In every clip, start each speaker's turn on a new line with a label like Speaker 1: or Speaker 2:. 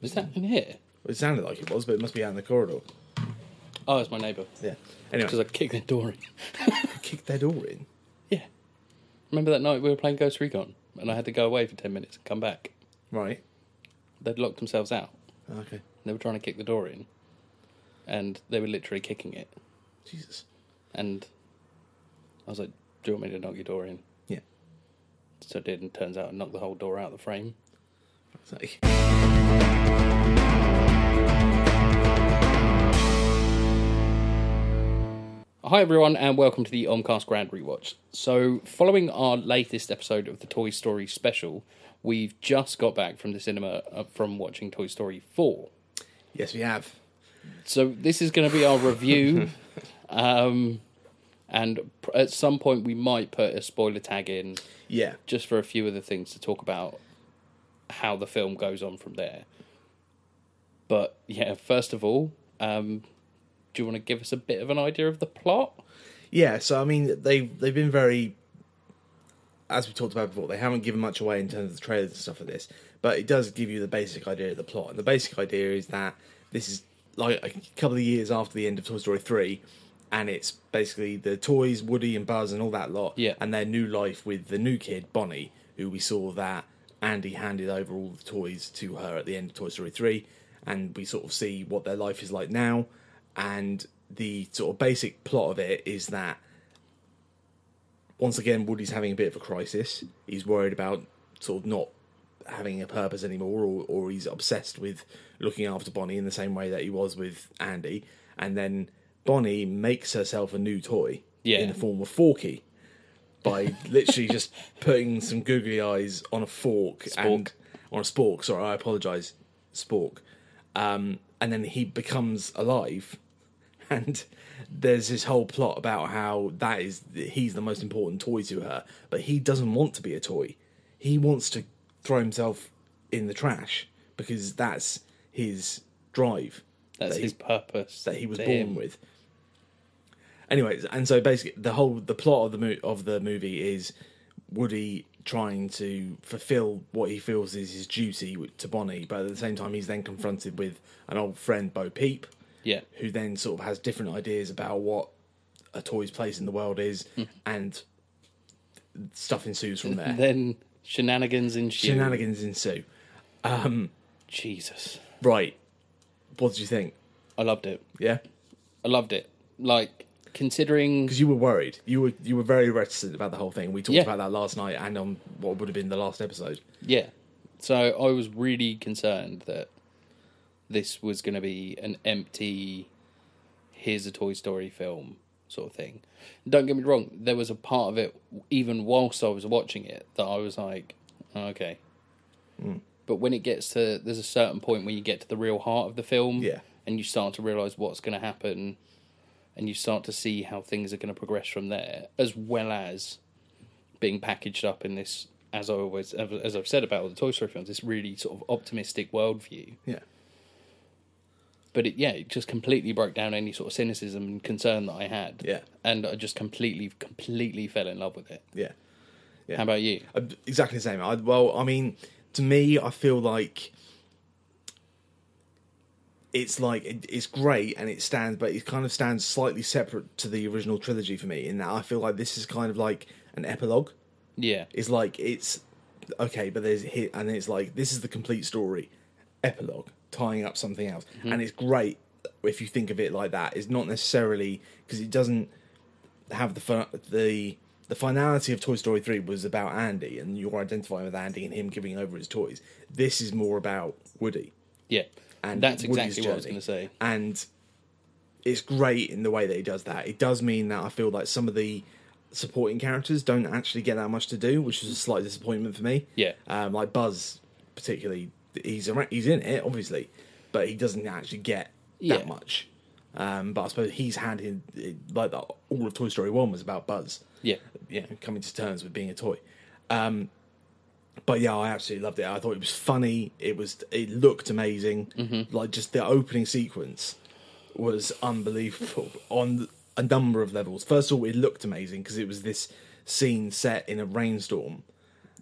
Speaker 1: Was that in here?
Speaker 2: It sounded like it was, but it must be out in the corridor.
Speaker 1: Oh, it's my neighbour.
Speaker 2: Yeah. Anyway,
Speaker 1: Because I kicked their door in.
Speaker 2: kicked their door in.
Speaker 1: Yeah. Remember that night we were playing Ghost Recon and I had to go away for 10 minutes and come back?
Speaker 2: Right. Oh,
Speaker 1: They'd locked themselves out.
Speaker 2: Okay.
Speaker 1: They were trying to kick the door in and they were literally kicking it.
Speaker 2: Jesus.
Speaker 1: And I was like, Do you want me to knock your door in?
Speaker 2: Yeah.
Speaker 1: So I did, and turns out I knocked the whole door out of the frame.
Speaker 2: It's like-
Speaker 1: Hi, everyone, and welcome to the Omcast Grand Rewatch. So, following our latest episode of the Toy Story special, we've just got back from the cinema uh, from watching Toy Story 4.
Speaker 2: Yes, we have.
Speaker 1: So, this is going to be our review. um, and pr- at some point, we might put a spoiler tag in
Speaker 2: Yeah.
Speaker 1: just for a few of the things to talk about how the film goes on from there. But yeah, first of all, um, do you want to give us a bit of an idea of the plot?
Speaker 2: Yeah, so I mean, they they've been very, as we talked about before, they haven't given much away in terms of the trailers and stuff like this, but it does give you the basic idea of the plot. And the basic idea is that this is like a couple of years after the end of Toy Story three, and it's basically the toys, Woody and Buzz and all that lot,
Speaker 1: Yeah.
Speaker 2: and their new life with the new kid Bonnie, who we saw that Andy handed over all the toys to her at the end of Toy Story three, and we sort of see what their life is like now. And the sort of basic plot of it is that once again, Woody's having a bit of a crisis. He's worried about sort of not having a purpose anymore, or, or he's obsessed with looking after Bonnie in the same way that he was with Andy. And then Bonnie makes herself a new toy
Speaker 1: Yeah.
Speaker 2: in the form of Forky by literally just putting some googly eyes on a fork and on a spork. Sorry, I apologise, spork. Um, and then he becomes alive and there's this whole plot about how that is he's the most important toy to her, but he doesn't want to be a toy. He wants to throw himself in the trash because that's his drive
Speaker 1: That's
Speaker 2: that,
Speaker 1: his
Speaker 2: he,
Speaker 1: purpose.
Speaker 2: that he was
Speaker 1: to
Speaker 2: born
Speaker 1: him.
Speaker 2: with. Anyways, and so basically, the whole the plot of the mo- of the movie is Woody trying to fulfill what he feels is his duty to Bonnie, but at the same time, he's then confronted with an old friend, Bo Peep,
Speaker 1: Yeah,
Speaker 2: who then sort of has different ideas about what a toy's place in the world is,
Speaker 1: Mm-hmm.
Speaker 2: and stuff ensues from there.
Speaker 1: then shenanigans ensue.
Speaker 2: Shenanigans ensue.
Speaker 1: Jesus,
Speaker 2: Right. What did you think?
Speaker 1: I loved it.
Speaker 2: Yeah,
Speaker 1: I loved it. Like considering,
Speaker 2: because you were worried. You were you were very reticent about the whole thing. We talked
Speaker 1: Yeah.
Speaker 2: about that last night and on what would have been the last episode.
Speaker 1: yeah. So I was really concerned that this was going to be an empty, here's a Toy Story film sort of thing. Don't get me wrong. There was a part of it, even whilst I was watching it, that I was like, "Oh, okay. But when it gets to, there's a certain point when you get to the real heart of the film,
Speaker 2: Yeah.
Speaker 1: and you start to realize what's going to happen, and you start to see how things are going to progress from there, as well as being packaged up in this, as I always, as I've said about all the Toy Story films, this really sort of optimistic worldview.
Speaker 2: Yeah,
Speaker 1: But it, yeah, it just completely broke down any sort of cynicism and concern that I had.
Speaker 2: Yeah.
Speaker 1: and I just completely, completely fell in love with it.
Speaker 2: yeah.
Speaker 1: How about you?
Speaker 2: Uh, exactly the same. I, well, I mean, to me, I feel like it's like it, it's great and it stands, but it kind of stands slightly separate to the original trilogy for me. In that, I feel like this is kind of like an epilogue.
Speaker 1: Yeah,
Speaker 2: It's like it's okay, but there's hit, and it's like this is the complete story, epilogue, tying up something else, and it's great if you think of it like that. It's not necessarily because it doesn't have the fin- the the finality of Toy Story three was about Andy, and you're identifying with Andy and him giving over his toys. This is more about Woody
Speaker 1: yeah,
Speaker 2: and
Speaker 1: that's
Speaker 2: Woody's
Speaker 1: exactly what I was
Speaker 2: journey.
Speaker 1: going to say.
Speaker 2: And it's great in the way that he does that. It does mean that I feel like some of the supporting characters don't actually get that much to do, which is a slight disappointment for me.
Speaker 1: Yeah.
Speaker 2: um, like Buzz, particularly, he's around, he's in it obviously, but he doesn't actually get
Speaker 1: Yeah.
Speaker 2: that much. Um, but I suppose he's had his, like the, all of Toy Story one was about Buzz
Speaker 1: Yeah,
Speaker 2: you know, coming to terms with being a toy. Um, but yeah, I absolutely loved it. I thought it was funny. It was it looked amazing. Like just the opening sequence was unbelievable on a number of levels. First of all, it looked amazing because it was this scene set in a rainstorm,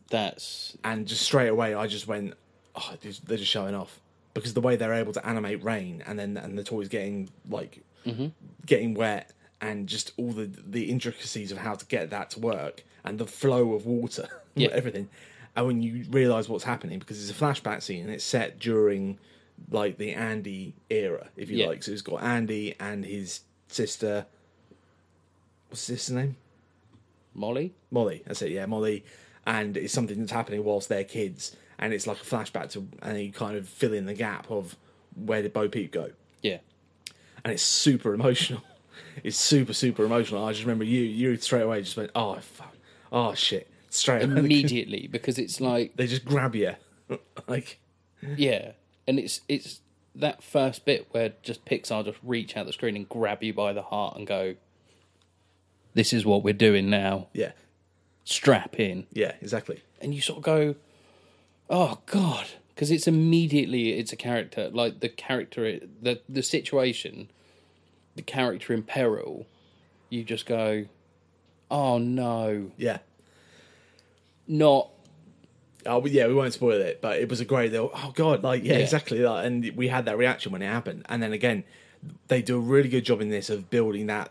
Speaker 1: that's
Speaker 2: and just straight away, I just went, oh, they're just- they're just showing off. because the way they're able to animate rain and then and the toys getting like
Speaker 1: Mm-hmm.
Speaker 2: getting wet and just all the the intricacies of how to get that to work and the flow of water and
Speaker 1: Yeah.
Speaker 2: everything and when you realize what's happening because it's a flashback scene and it's set during like the Andy era if you
Speaker 1: Yeah.
Speaker 2: like so it's got Andy and his sister what's his sister's name
Speaker 1: Molly?
Speaker 2: Molly. That's it, yeah, Molly. And it's something that's happening whilst they're kids, and it's like a flashback to, and you kind of fill in the gap of where did Bo Peep go,
Speaker 1: Yeah.
Speaker 2: and it's super emotional. It's super super emotional. I just remember you you straight away just went oh fuck oh shit straight away.
Speaker 1: Immediately, because it's like
Speaker 2: They just grab you like
Speaker 1: Yeah, and it's it's that first bit where just Pixar just reach out the screen and grab you by the heart and go, "This is what we're doing now.
Speaker 2: yeah
Speaker 1: Strap in."
Speaker 2: yeah exactly
Speaker 1: And you sort of go, "Oh God," because it's immediately it's a character like the character the the situation, the character in peril. You just go, "Oh no,
Speaker 2: yeah.
Speaker 1: not."
Speaker 2: Oh but yeah, we won't spoil it, but it was a great. they were, Oh god, like yeah,
Speaker 1: Yeah.
Speaker 2: exactly that. And we had that reaction when it happened. And then again, they do a really good job in this of building that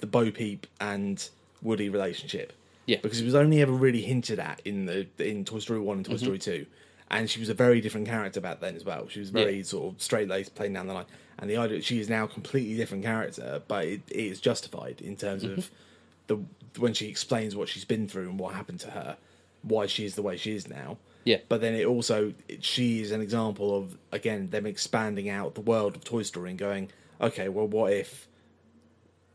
Speaker 2: the Bo Peep and Woody relationship.
Speaker 1: Yeah.
Speaker 2: because it was only ever really hinted at in the in Toy Story One
Speaker 1: Mm-hmm.
Speaker 2: and Toy Story Two, and she was a very different character back then as well. She was very
Speaker 1: Yeah.
Speaker 2: sort of straight laced, playing down the line. And the idea that she is now a completely different character, but it, it is justified in terms of
Speaker 1: Mm-hmm.
Speaker 2: the when she explains what she's been through and what happened to her, why she is the way she is now.
Speaker 1: Yeah.
Speaker 2: But then it also it- she is an example of again them expanding out the world of Toy Story and going, okay, well, what if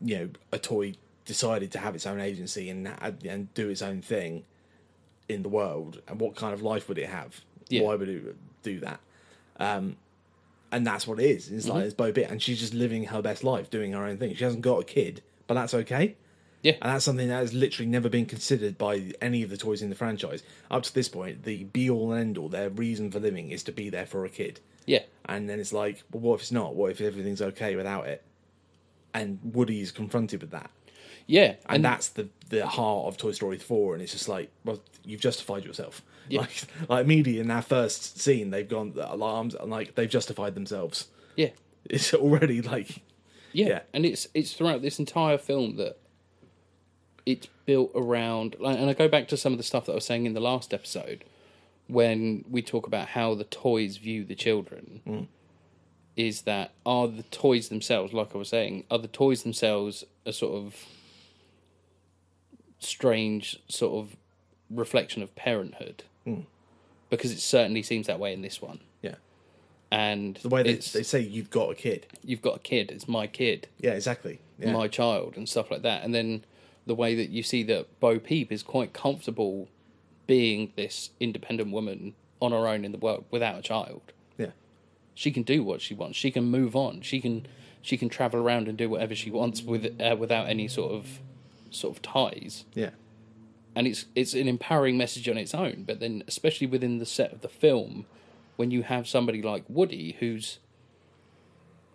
Speaker 2: you know a toy decided to have its own agency and and do its own thing in the world, and what kind of life would it have?
Speaker 1: Yeah.
Speaker 2: Why would it do that? Um, and that's what it is. It's
Speaker 1: Mm-hmm.
Speaker 2: like it's Bo Bit, and she's just living her best life, doing her own thing. She hasn't got a kid, but that's okay.
Speaker 1: Yeah.
Speaker 2: And that's something that has literally never been considered by any of the toys in the franchise up to this point. The be all and end all, their reason for living is to be there for a kid.
Speaker 1: Yeah,
Speaker 2: And then it's like, well, what if it's not? What if everything's okay without it? And Woody is confronted with that,
Speaker 1: yeah,
Speaker 2: and, that's the the heart of Toy Story Four. And it's just like, well, you've justified yourself.
Speaker 1: Yeah.
Speaker 2: Like, like immediately in that first scene, they've gone the alarms, and like they've justified themselves
Speaker 1: yeah,
Speaker 2: it's already like
Speaker 1: Yeah.
Speaker 2: Yeah.
Speaker 1: and it's it's throughout this entire film that it's built around. like, And I go back to some of the stuff that I was saying in the last episode when we talk about how the toys view the children.
Speaker 2: Mm.
Speaker 1: Is that are the toys themselves? Like I was saying, are the toys themselves a sort of strange sort of reflection of parenthood?
Speaker 2: Mm.
Speaker 1: Because it certainly seems that way in this one.
Speaker 2: yeah
Speaker 1: And
Speaker 2: the way they,
Speaker 1: it's-
Speaker 2: they say you've got a kid
Speaker 1: you've got a kid, it's my kid
Speaker 2: yeah exactly yeah
Speaker 1: my child and stuff like that. And then the way that you see that Bo Peep is quite comfortable being this independent woman on her own in the world without a child.
Speaker 2: yeah
Speaker 1: She can do what she wants. She can move on. She can she can travel around and do whatever she wants with uh, without any sort of sort of ties.
Speaker 2: yeah
Speaker 1: And it's it's an empowering message on its own. But then, especially within the set of the film, when you have somebody like Woody, who's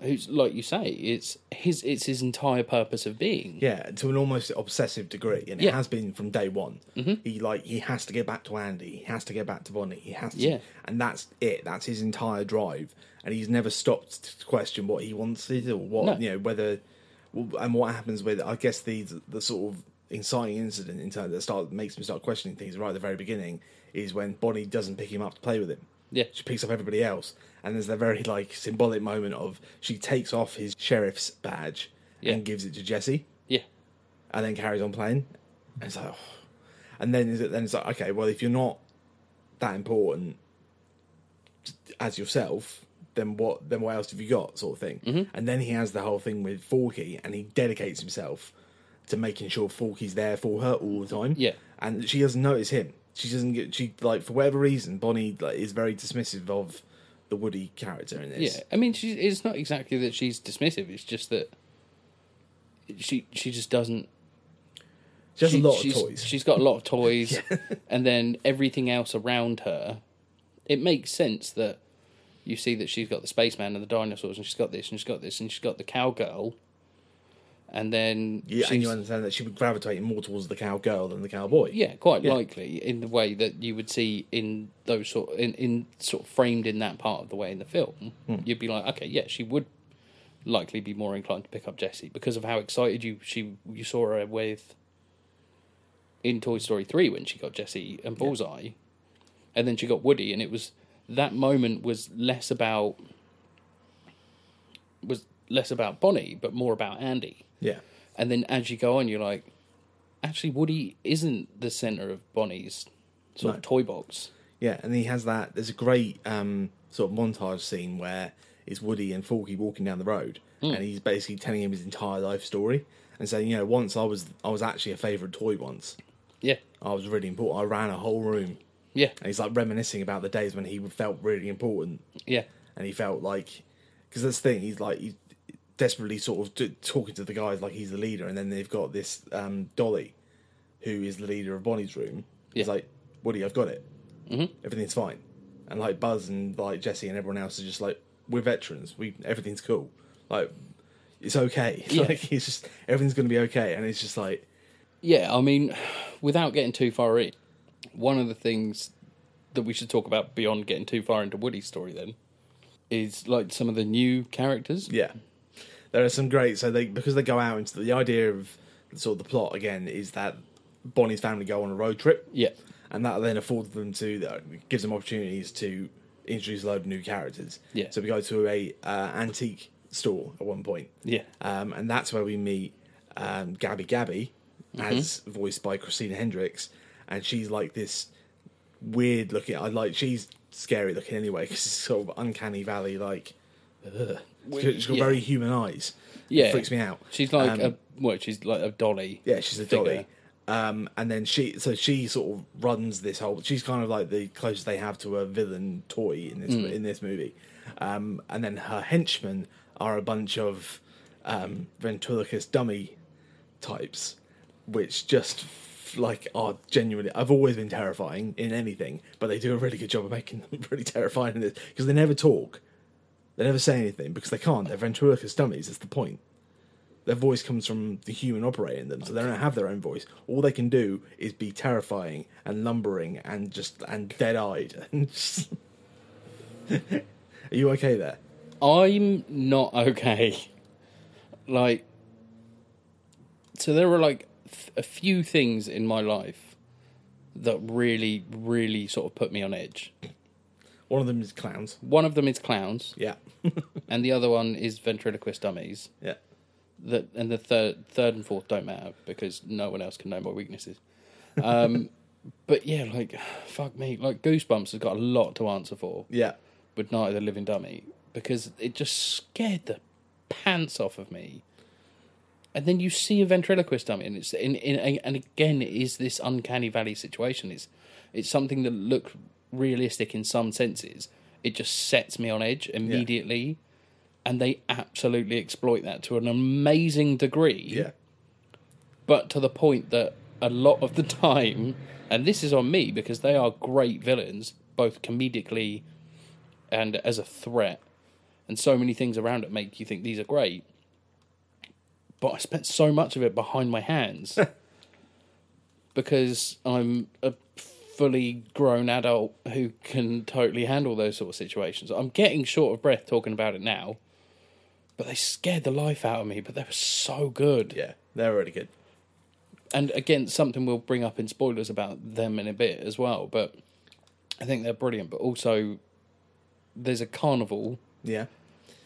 Speaker 1: who's like you say, it's his it's his entire purpose of being.
Speaker 2: yeah to an almost obsessive degree and it
Speaker 1: Yeah. Mm-hmm.
Speaker 2: has been from day one he like he has to get back to andy he has to get back to bonnie he has to
Speaker 1: Yeah.
Speaker 2: and that's it that's his entire drive and he's never stopped to question what he wanted or what
Speaker 1: No.
Speaker 2: you know whether and what happens with i guess the the sort of inciting incident in terms that start makes him start questioning things right at the very beginning is when bonnie doesn't pick him up to play with him
Speaker 1: Yeah.
Speaker 2: She picks up everybody else, and there's that very like symbolic moment of she takes off his sheriff's badge
Speaker 1: Yeah.
Speaker 2: and gives it to Jesse,
Speaker 1: Yeah,
Speaker 2: and then carries on playing. And it's like, oh. and then is it- then it's like, okay, well, if you're not that important as yourself, then what? Then what else have you got, sort of thing.
Speaker 1: Mm-hmm.
Speaker 2: And then he has the whole thing with Forky, and he dedicates himself to making sure Forky's there for her all the time.
Speaker 1: Yeah.
Speaker 2: and she doesn't notice him. She doesn't get. She like for whatever reason, Bonnie like, is very dismissive of the Woody character in this.
Speaker 1: yeah. I mean, she's, it's not exactly that she's dismissive. It's just that she she just doesn't.
Speaker 2: she has
Speaker 1: she-
Speaker 2: a lot of
Speaker 1: she's-
Speaker 2: toys.
Speaker 1: She's got a lot of toys, and then everything else around her. It makes sense that you see that she's got the spaceman and the dinosaurs, and she's got this, and she's got this, and she's got the cowgirl, and then
Speaker 2: Yeah, and
Speaker 1: she's-
Speaker 2: you understand that she would gravitating more towards the cowgirl than the cowboy.
Speaker 1: yeah, quite likely in the way that you would see in those sort in, in sort of framed in that part of the way in the film, you'd be like, okay, yeah, she would likely be more inclined to pick up Jesse because of how excited you she you saw her with in Toy Story three when she got Jesse and Bullseye, and then she got Woody, and it was that moment was less about was less about Bonnie but more about Andy.
Speaker 2: Yeah.
Speaker 1: And then as you go on, you're like, actually, Woody isn't the center of Bonnie's sort of
Speaker 2: No.
Speaker 1: toy box.
Speaker 2: Yeah, and he has that. There's a great um, sort of montage scene where it's Woody and Forky walking down the road, and he's basically telling him his entire life story and saying, you know, once I was I was actually a favorite toy. Once
Speaker 1: Yeah,
Speaker 2: I was really important. I ran a whole room,
Speaker 1: yeah,
Speaker 2: and he's like reminiscing about the days when he felt really important,
Speaker 1: yeah,
Speaker 2: and he felt like because that's the thing. He's like he's desperately sort of t- talking to the guys like he's the leader, and then they've got this um, Dolly, who is the leader of Bonnie's room. He's
Speaker 1: Yeah.
Speaker 2: like, Woody, I've got it. Mm-hmm. Everything's fine. And like Buzz and like Jesse and everyone else are just like, we're veterans. We everything's cool. Like it's okay.
Speaker 1: Yeah.
Speaker 2: Like it's just everything's gonna be okay. And it's just like
Speaker 1: yeah. I mean, without getting too far in, one of the things that we should talk about beyond getting too far into Woody's story then is like some of the new characters.
Speaker 2: Yeah, there are some great. So they because they go out into the, the idea of sort of the plot again is that Bonnie's family go on a road trip.
Speaker 1: Yeah.
Speaker 2: and that then affords them to that gives them opportunities to introduce a load of new characters.
Speaker 1: Yeah.
Speaker 2: So we go to a uh, antique store at one point.
Speaker 1: Yeah.
Speaker 2: Um, and that's where we meet um, Gabby Gabby,
Speaker 1: Mm-hmm.
Speaker 2: as voiced by Christina Hendricks, and she's like this weird looking. I like she's scary looking anyway because it's sort of uncanny valley like. Ugh. She- She's got
Speaker 1: yeah.
Speaker 2: very human eyes. It
Speaker 1: Yeah.
Speaker 2: freaks me out.
Speaker 1: She's like
Speaker 2: Um,
Speaker 1: a well, she's like a dolly.
Speaker 2: yeah, she's a
Speaker 1: figure.
Speaker 2: dolly. Um, and then she, so she sort of runs this whole. She's kind of like the closest they have to a villain toy in this in this movie. Um, and then her henchmen are a bunch of um, ventriloquist dummy types, which just f- like are genuinely. I've always been terrifying in anything, but they do a really good job of making them really terrifying in this because they never talk, they never say anything because they can't. They're ventriloquist dummies. That's the point their voice comes from the human operating them, so they don't have their own voice. All they can do is be terrifying and lumbering and just and dead eyed. And just... are you okay there?
Speaker 1: I'm not okay. Like, so there were like th- a few things in my life that really, really sort of put me on edge.
Speaker 2: One of them is clowns.
Speaker 1: One of them is clowns,
Speaker 2: Yeah,
Speaker 1: and the other one is ventriloquist dummies.
Speaker 2: yeah,
Speaker 1: That and the third, third and fourth don't matter because no one else can know my weaknesses. Um, but yeah, like fuck me, like Goosebumps has got a lot to answer for
Speaker 2: yeah.
Speaker 1: with Night of the Living Dummy because it just scared the pants off of me. And then you see a ventriloquist dummy, and it's in, in and again it is this uncanny valley situation. It's it's something that looked realistic in some senses. It just sets me on edge immediately, and they absolutely exploit that to an amazing degree
Speaker 2: Yeah,
Speaker 1: but to the point that a lot of the time, and this is on me because they are great villains, both comedically and as a threat, and so many things around it make you think these are great. But I spent so much of it behind my hands because I'm a fully grown adult who can totally handle those sort of situations. I'm getting short of breath talking about it now, but they scared the life out of me, but they were so good
Speaker 2: yeah. They're really good.
Speaker 1: and again, something we'll bring up in spoilers about them in a bit as well. But I think they're brilliant. But also, there's a carnival
Speaker 2: Yeah,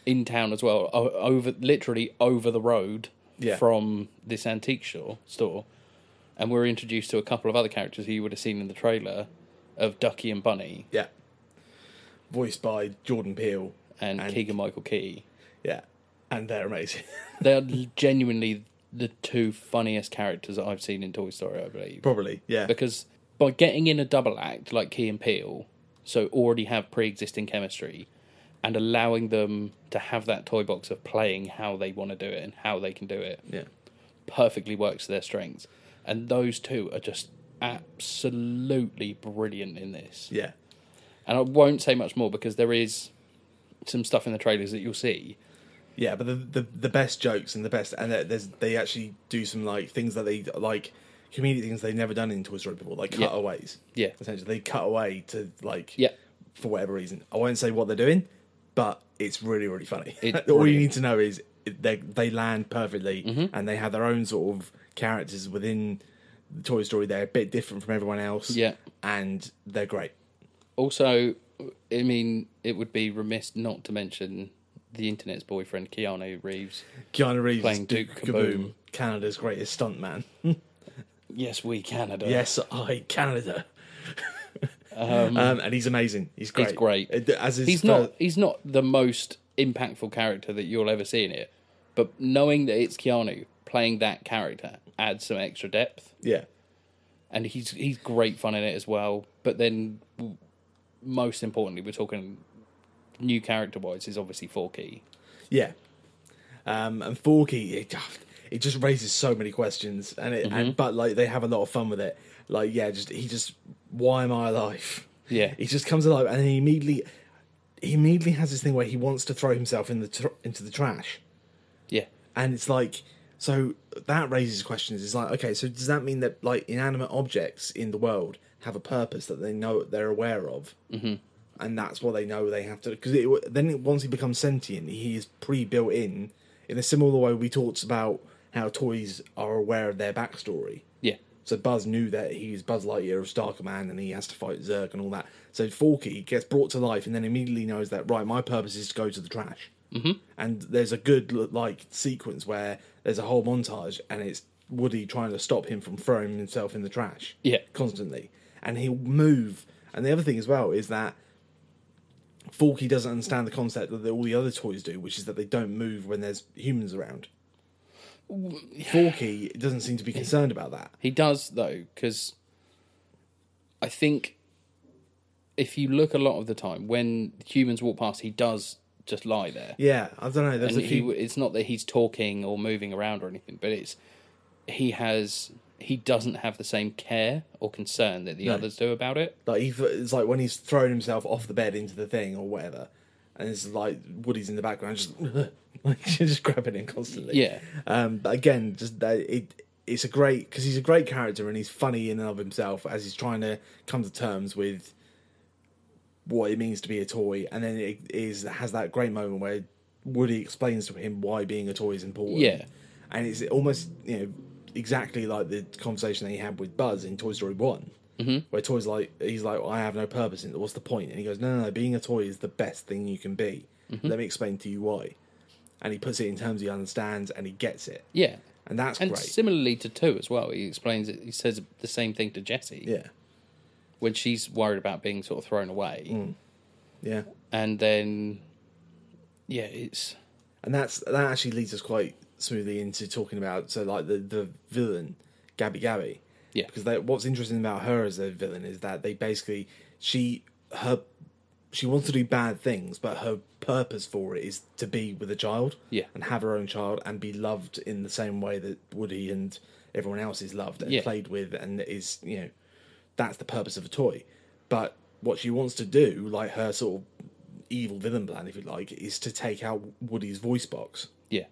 Speaker 1: in town as well, o- over literally over the road
Speaker 2: Yeah.
Speaker 1: from this antique store store, and we're introduced to a couple of other characters who you would have seen in the trailer of Ducky and Bunny
Speaker 2: yeah. Voiced by Jordan Peele.
Speaker 1: and,
Speaker 2: And-
Speaker 1: Keegan Michael Key.
Speaker 2: Yeah, and they're amazing.
Speaker 1: They are genuinely the two funniest characters that I've seen in Toy Story, I believe.
Speaker 2: Probably. Yeah,
Speaker 1: because by getting in a double act like Key and Peele, so already have pre-existing chemistry, and allowing them to have that toy box of playing how they want to do it and how they can do it,
Speaker 2: yeah,
Speaker 1: perfectly works to their strengths. And those two are just absolutely brilliant in this.
Speaker 2: yeah,
Speaker 1: And I won't say much more because there is some stuff in the trailers that you'll see
Speaker 2: Yeah, but the, the the best jokes and the best, and there- there's they actually do some like things that they like comedic things they've never done in Toy Story before, like
Speaker 1: Yeah.
Speaker 2: cutaways.
Speaker 1: Yeah.
Speaker 2: essentially they cut away to like
Speaker 1: Yeah.
Speaker 2: for whatever reason. I won't say what they're doing, but it's really really funny.
Speaker 1: It's
Speaker 2: All you
Speaker 1: brilliant.
Speaker 2: need to know is they they land perfectly,
Speaker 1: Mm-hmm.
Speaker 2: and they have their own sort of characters within Toy Story. They're a bit different from everyone else.
Speaker 1: Yeah.
Speaker 2: and they're great.
Speaker 1: Also, I mean, it would be remiss not to mention the internet's boyfriend, Keanu Reeves.
Speaker 2: Keanu Reeves
Speaker 1: Playing
Speaker 2: Duke,
Speaker 1: Duke
Speaker 2: Kaboom,
Speaker 1: Kaboom.
Speaker 2: Canada's greatest stuntman.
Speaker 1: Yes, we Canada.
Speaker 2: Yes, I Canada. um, and he's amazing. He's great.
Speaker 1: he's great.
Speaker 2: Uh, d- As is
Speaker 1: he's not. He's not the most impactful character that you'll ever see in it, but knowing that it's Keanu playing that character adds some extra depth,
Speaker 2: Yeah,
Speaker 1: and he's he's great fun in it as well. But then, w- most importantly, we're talking new character wise is obviously Forky.
Speaker 2: yeah. Um, and Forky, it, it just raises so many questions, and it
Speaker 1: Mm-hmm.
Speaker 2: and but like they have a lot of fun with it. Like yeah, just he just why am I alive?
Speaker 1: Yeah.
Speaker 2: he just comes alive, and then he immediately he immediately has this thing where he wants to throw himself in the tr- into the trash.
Speaker 1: Yeah,
Speaker 2: and it's like so that raises questions it's like okay so does that mean that like inanimate objects in the world have a purpose that they know they're aware of mm-hmm. and that's what they know they have to because it, then it- once he becomes sentient he is pre-built in in a similar way we talked about how toys are aware of their backstory
Speaker 1: yeah,
Speaker 2: so Buzz knew that he was Buzz Lightyear of Starker Man and he has to fight Zerg and all that. So Forky gets brought to life and then immediately knows that, right, my purpose is to go to the trash. Mm-hmm. And there's a good, like, sequence where there's a whole montage and it's Woody trying to stop him from throwing himself in the trash.
Speaker 1: Yeah.
Speaker 2: Constantly. And he'll move. And the other thing as well is that Forky doesn't understand the concept that all the other toys do, which is that they don't move when there's humans around. Forky doesn't seem to be concerned about that.
Speaker 1: he does though because I think if you look a lot of the time when humans walk past, he does just lie there.
Speaker 2: Yeah, I don't know. There's
Speaker 1: and
Speaker 2: a
Speaker 1: he,
Speaker 2: few.
Speaker 1: it's not that he's talking or moving around or anything, but it's he has he doesn't have the same care or concern that the others do about it.
Speaker 2: Like he, it's like when he's thrown himself off the bed into the thing or whatever, and it's like Woody's in the background just like just grabbing him constantly.
Speaker 1: Yeah.
Speaker 2: Um. But again, just that it. It's a great because he's a great character and he's funny in and of himself as he's trying to come to terms with what it means to be a toy, and then it is has that great moment where Woody explains to him why being a toy is important.
Speaker 1: Yeah.
Speaker 2: and it's almost you know exactly like the conversation that he had with Buzz in Toy Story One, mm-hmm. where Toy's like he's like I have no purpose in it. What's the point? And he goes, No, no, no. Being a toy is the best thing you can be.
Speaker 1: Mm-hmm.
Speaker 2: Let me explain to you why. And he puts it in terms he understands and he gets it,
Speaker 1: Yeah.
Speaker 2: and that's
Speaker 1: And
Speaker 2: great.
Speaker 1: similarly to two as well, he explains it. He says the same thing to Jessie
Speaker 2: yeah,
Speaker 1: when she's worried about being sort of thrown away,
Speaker 2: Mm. yeah.
Speaker 1: and then yeah, it's
Speaker 2: and that's that actually leads us quite smoothly into talking about so like the the villain Gabby Gabby
Speaker 1: Yeah.
Speaker 2: because they, what's interesting about her as a villain is that they basically she her she wants to do bad things but her purpose for it is to be with a child
Speaker 1: Yeah.
Speaker 2: and have her own child and be loved in the same way that Woody and everyone else is loved and
Speaker 1: Yeah.
Speaker 2: played with and is you know that's the purpose of a toy but what she wants to do like her sort of evil villain plan if you like is to take out Woody's voice box
Speaker 1: yeah,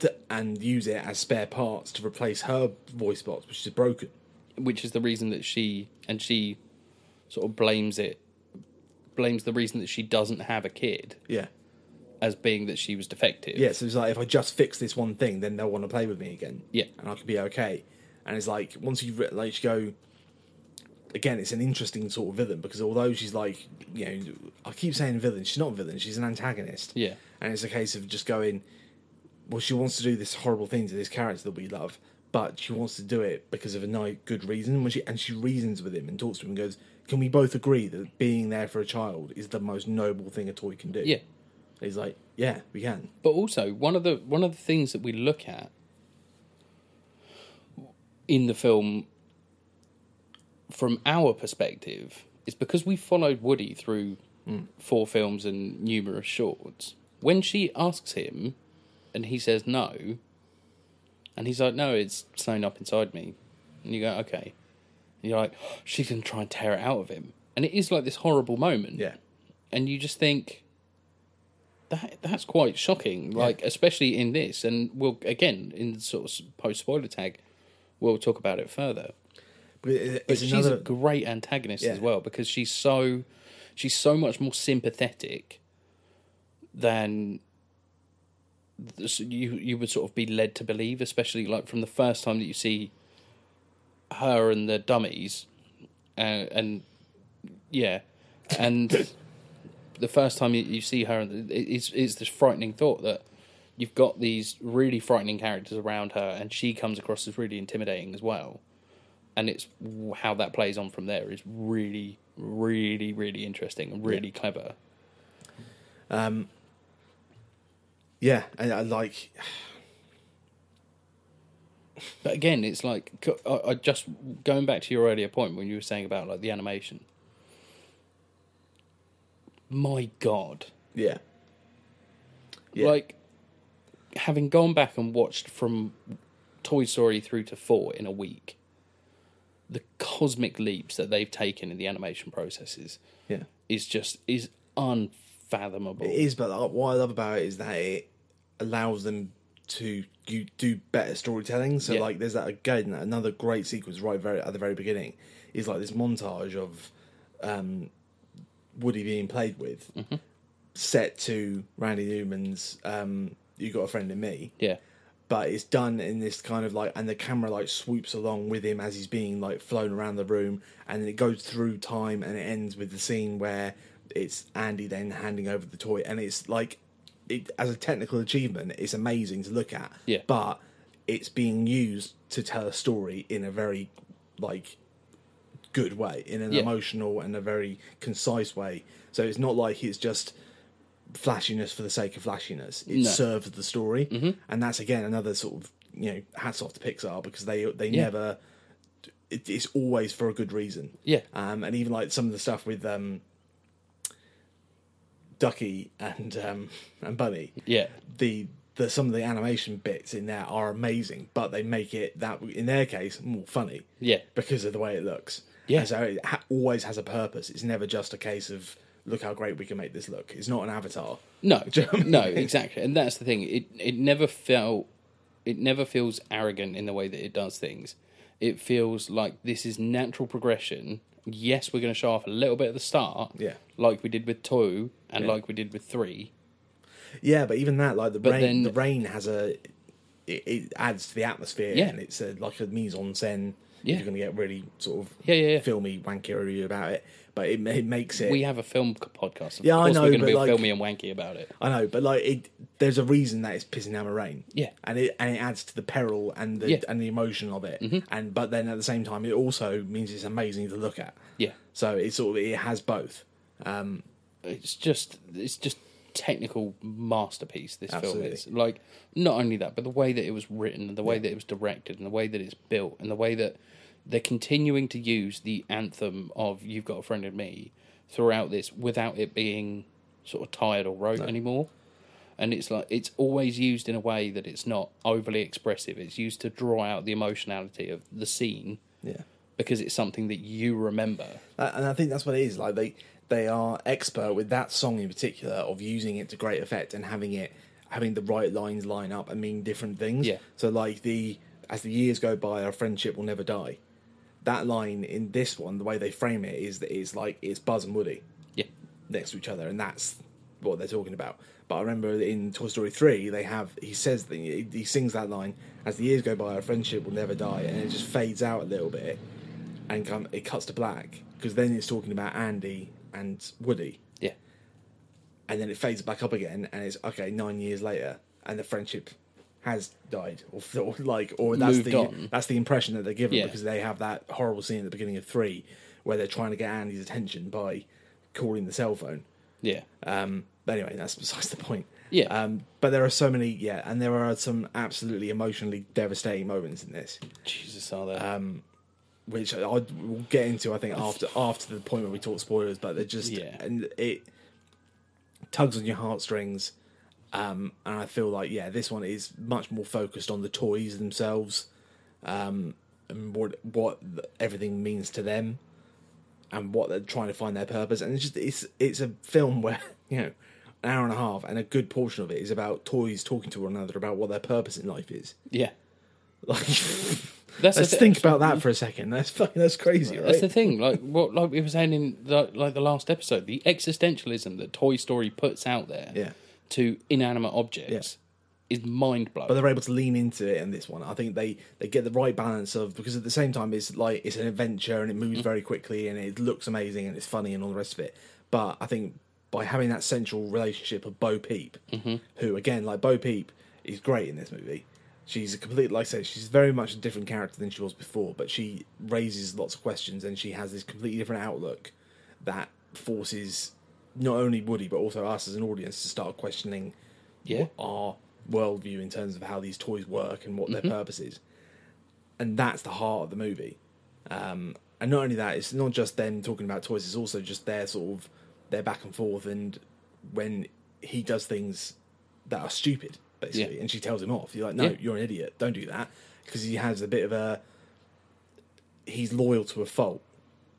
Speaker 2: t- and use it as spare parts to replace her voice box which is broken
Speaker 1: which is the reason that she and she sort of blames it, blames the reason that she doesn't have a kid
Speaker 2: yeah
Speaker 1: as being that she was defective.
Speaker 2: yeah so it's like if I just fix this one thing then they'll want to play with me again
Speaker 1: Yeah.
Speaker 2: and I could be okay and it's like once you re- like you go again it's an interesting sort of villain because although she's like you know I keep saying villain she's not a villain she's an antagonist
Speaker 1: Yeah.
Speaker 2: and it's a case of just going well she wants to do this horrible thing to this character that we love but she wants to do it because of a ni- good reason when she and she reasons with him and talks to him and goes can we both agree that being there for a child is the most noble thing a toy can do
Speaker 1: Yeah.
Speaker 2: he's like yeah we can
Speaker 1: but also one of the one of the things that we look at in the film from our perspective is because we followed Woody through four films and numerous shorts. When she asks him and he says no, and he's like, No, it's sewn up inside me. And you go, Okay. And you're like, She's going to try and tear it out of him. And it is like this horrible moment
Speaker 2: yeah
Speaker 1: and you just think That that's quite shocking. Like especially in this, and we'll again in sort of post spoiler tag, we'll talk about it further.
Speaker 2: But it-
Speaker 1: But
Speaker 2: it's
Speaker 1: she's
Speaker 2: another
Speaker 1: a great antagonist as
Speaker 2: Yeah.
Speaker 1: well because she's so she's so much more sympathetic than this, you you would sort of be led to believe, especially like from the first time that you see her and the dummies, and, and yeah, and the first time you, you see her, and it- it's it's this frightening thought that. You've got these really frightening characters around her, and she comes across as really intimidating as well and it's w- how that plays on from there is really, really, really interesting and really clever.
Speaker 2: yeah, and I like
Speaker 1: But again, it's like c- I, I just going back to your earlier point when you were saying about like the animation. My God,
Speaker 2: yeah, Yeah.
Speaker 1: like having gone back and watched from Toy Story through to four in a week, the cosmic leaps that they've taken in the animation processes
Speaker 2: yeah.
Speaker 1: is just is unfathomable.
Speaker 2: It is, but like, what I love about it is that it allows them to you do better storytelling. So
Speaker 1: Yeah.
Speaker 2: like, there's that again another great sequence right very at the very beginning is like this montage of um, Woody being played with, set to Randy Newman's um, "You Got a Friend in Me."
Speaker 1: yeah,
Speaker 2: but it's done in this kind of like and the camera like swoops along with him as he's being like flown around the room and it goes through time and it ends with the scene where it's andy then handing over the toy and it's like it as a technical achievement it's amazing to look at
Speaker 1: Yeah.
Speaker 2: but it's being used to tell a story in a very like good way in an
Speaker 1: Yeah.
Speaker 2: emotional and a very concise way so it's not like it's just flashiness for the sake of flashiness. It
Speaker 1: No. Mm-hmm.
Speaker 2: served the story, and that's again another sort of you know hats off to Pixar because they they never. It, it's always for a good reason.
Speaker 1: Yeah.
Speaker 2: Um, and even like some of the stuff with um, Ducky and um, and Bunny.
Speaker 1: yeah.
Speaker 2: The the some of the animation bits in there are amazing, but they make it that in their case more funny.
Speaker 1: Yeah.
Speaker 2: Because of the way it looks.
Speaker 1: Yeah.
Speaker 2: And so it ha- always has a purpose. It's never just a case of look how great we can make this look. It's not an avatar.
Speaker 1: No, no, exactly, and that's the thing. It it never felt, it never feels arrogant in the way that it does things. It feels like this is natural progression. Yes, we're going to show off a little bit at the start,
Speaker 2: Yeah.
Speaker 1: like we did with two and like we did with three.
Speaker 2: Yeah, but even that, like the rain,
Speaker 1: then-
Speaker 2: the rain has a it, it adds to the atmosphere,
Speaker 1: Yeah.
Speaker 2: and it's a, like a mise en scène.
Speaker 1: Yeah.
Speaker 2: You're going to get really sort of
Speaker 1: Yeah, yeah, yeah.
Speaker 2: filmy, wanky about it, but it, ma- it makes it.
Speaker 1: We have a film c- podcast. Of
Speaker 2: Yeah, I
Speaker 1: course
Speaker 2: know,
Speaker 1: We're going to
Speaker 2: but
Speaker 1: be
Speaker 2: like-
Speaker 1: filmy and wanky about it.
Speaker 2: I know, but like it, there's a reason that it's pissing down with rain.
Speaker 1: Yeah.
Speaker 2: and it and it adds to the peril and the
Speaker 1: Yeah. Mm-hmm.
Speaker 2: and the emotion of it, and but then at the same time, it also means it's amazing to look at.
Speaker 1: Yeah.
Speaker 2: So it sort of it has both.
Speaker 1: it's just it's just technical masterpiece this
Speaker 2: Absolutely.
Speaker 1: film is like not only that but the way that it was written and the way that it was directed and the way that it's built and the way that they're continuing to use the anthem of you've got a friend in me throughout this without it being sort of tired or rote anymore and it's like it's always used in a way that it's not overly expressive it's used to draw out the emotionality of the scene
Speaker 2: Yeah.
Speaker 1: because it's something that you remember
Speaker 2: Uh, and I think that's what it is. Like they they are expert with that song in particular of using it to great effect and having it having the right lines line up and mean different things.
Speaker 1: Yeah.
Speaker 2: So like the as the years go by, our friendship will never die. That line in this one, the way they frame it is that it's like it's Buzz and Woody
Speaker 1: yeah
Speaker 2: next to each other, and that's what they're talking about. But I remember in Toy Story three, they have he says the- he sings that line as the years go by, our friendship will never die, and it just fades out a little bit, and come, it cuts to black because then it's talking about Andy and Woody,
Speaker 1: yeah
Speaker 2: and then it fades back up again, and it's okay nine years later, and the friendship has died, or, or like, or that's
Speaker 1: Moved
Speaker 2: the
Speaker 1: on.
Speaker 2: that's the impression that they're given
Speaker 1: Yeah.
Speaker 2: because they have that horrible scene at the beginning of three where they're trying to get Andy's attention by calling the cell phone.
Speaker 1: yeah
Speaker 2: Um, but anyway, that's besides the point.
Speaker 1: Yeah.
Speaker 2: Um, but there are so many, yeah, and there are some absolutely emotionally devastating moments in this,
Speaker 1: jesus are
Speaker 2: uh,
Speaker 1: there
Speaker 2: which I will get into, I think, after after the point where we talk spoilers. But they're just,
Speaker 1: Yeah.
Speaker 2: and it tugs on your heartstrings. Um, and I feel like, yeah, this one is much more focused on the toys themselves, um, and what what th- everything means to them, and what they're trying to find their purpose. And it's just, it's it's a film where you know an hour and a half, and a good portion of it is about toys talking to one another about what their purpose in life is.
Speaker 1: Yeah.
Speaker 2: Like,
Speaker 1: That's the
Speaker 2: let's
Speaker 1: thi-
Speaker 2: think about that for a second. That's fucking that's crazy, right?
Speaker 1: That's the thing, like what like we were saying in the, like the last episode, the existentialism that Toy Story puts out there
Speaker 2: Yeah.
Speaker 1: to inanimate objects is mind blowing.
Speaker 2: but they're able to lean into it in this one. I think they they get the right balance of because at the same time it's like it's an adventure and it moves very quickly and it looks amazing and it's funny and all the rest of it. But I think by having that central relationship of Bo Peep, who again like Bo Peep is great in this movie. She's a complete like I said, she's very much a different character than she was before, but she raises lots of questions and she has this completely different outlook that forces not only Woody but also us as an audience to start questioning
Speaker 1: Yeah.
Speaker 2: our worldview in terms of how these toys work and what
Speaker 1: Mm-hmm.
Speaker 2: their purpose is. And that's the heart of the movie. Um, and not only that, it's not just them talking about toys, it's also just their sort of their back and forth and when he does things that are stupid, basically,
Speaker 1: Yeah.
Speaker 2: and she tells him off. You're like, no,
Speaker 1: Yeah.
Speaker 2: you're an idiot, don't do that. Because he has a bit of a he's loyal to a fault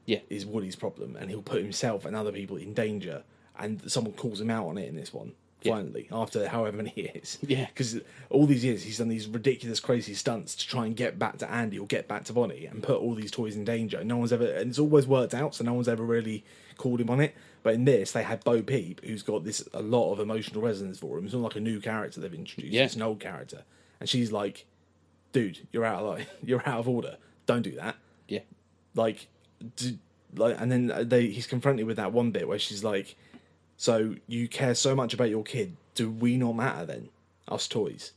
Speaker 1: yeah.
Speaker 2: is Woody's problem, and he'll put himself and other people in danger. And someone calls him out on it in this one,
Speaker 1: Yeah.
Speaker 2: finally, after however many years.
Speaker 1: Yeah.
Speaker 2: Because all these years, he's done these ridiculous, crazy stunts to try and get back to Andy or get back to Bonnie and put all these toys in danger. No one's ever, and it's always worked out, so no one's ever really called him on it. But in this, they had Bo Peep, who's got this a lot of emotional resonance for him. It's not like a new character they've introduced,
Speaker 1: Yeah.
Speaker 2: it's an old character. And she's like, dude, you're out of line. You're out of order. Don't do that
Speaker 1: Yeah.
Speaker 2: like, d like, and then they he's confronted with that one bit where she's like, "So you care so much about your kid? Do we not matter then? Us toys?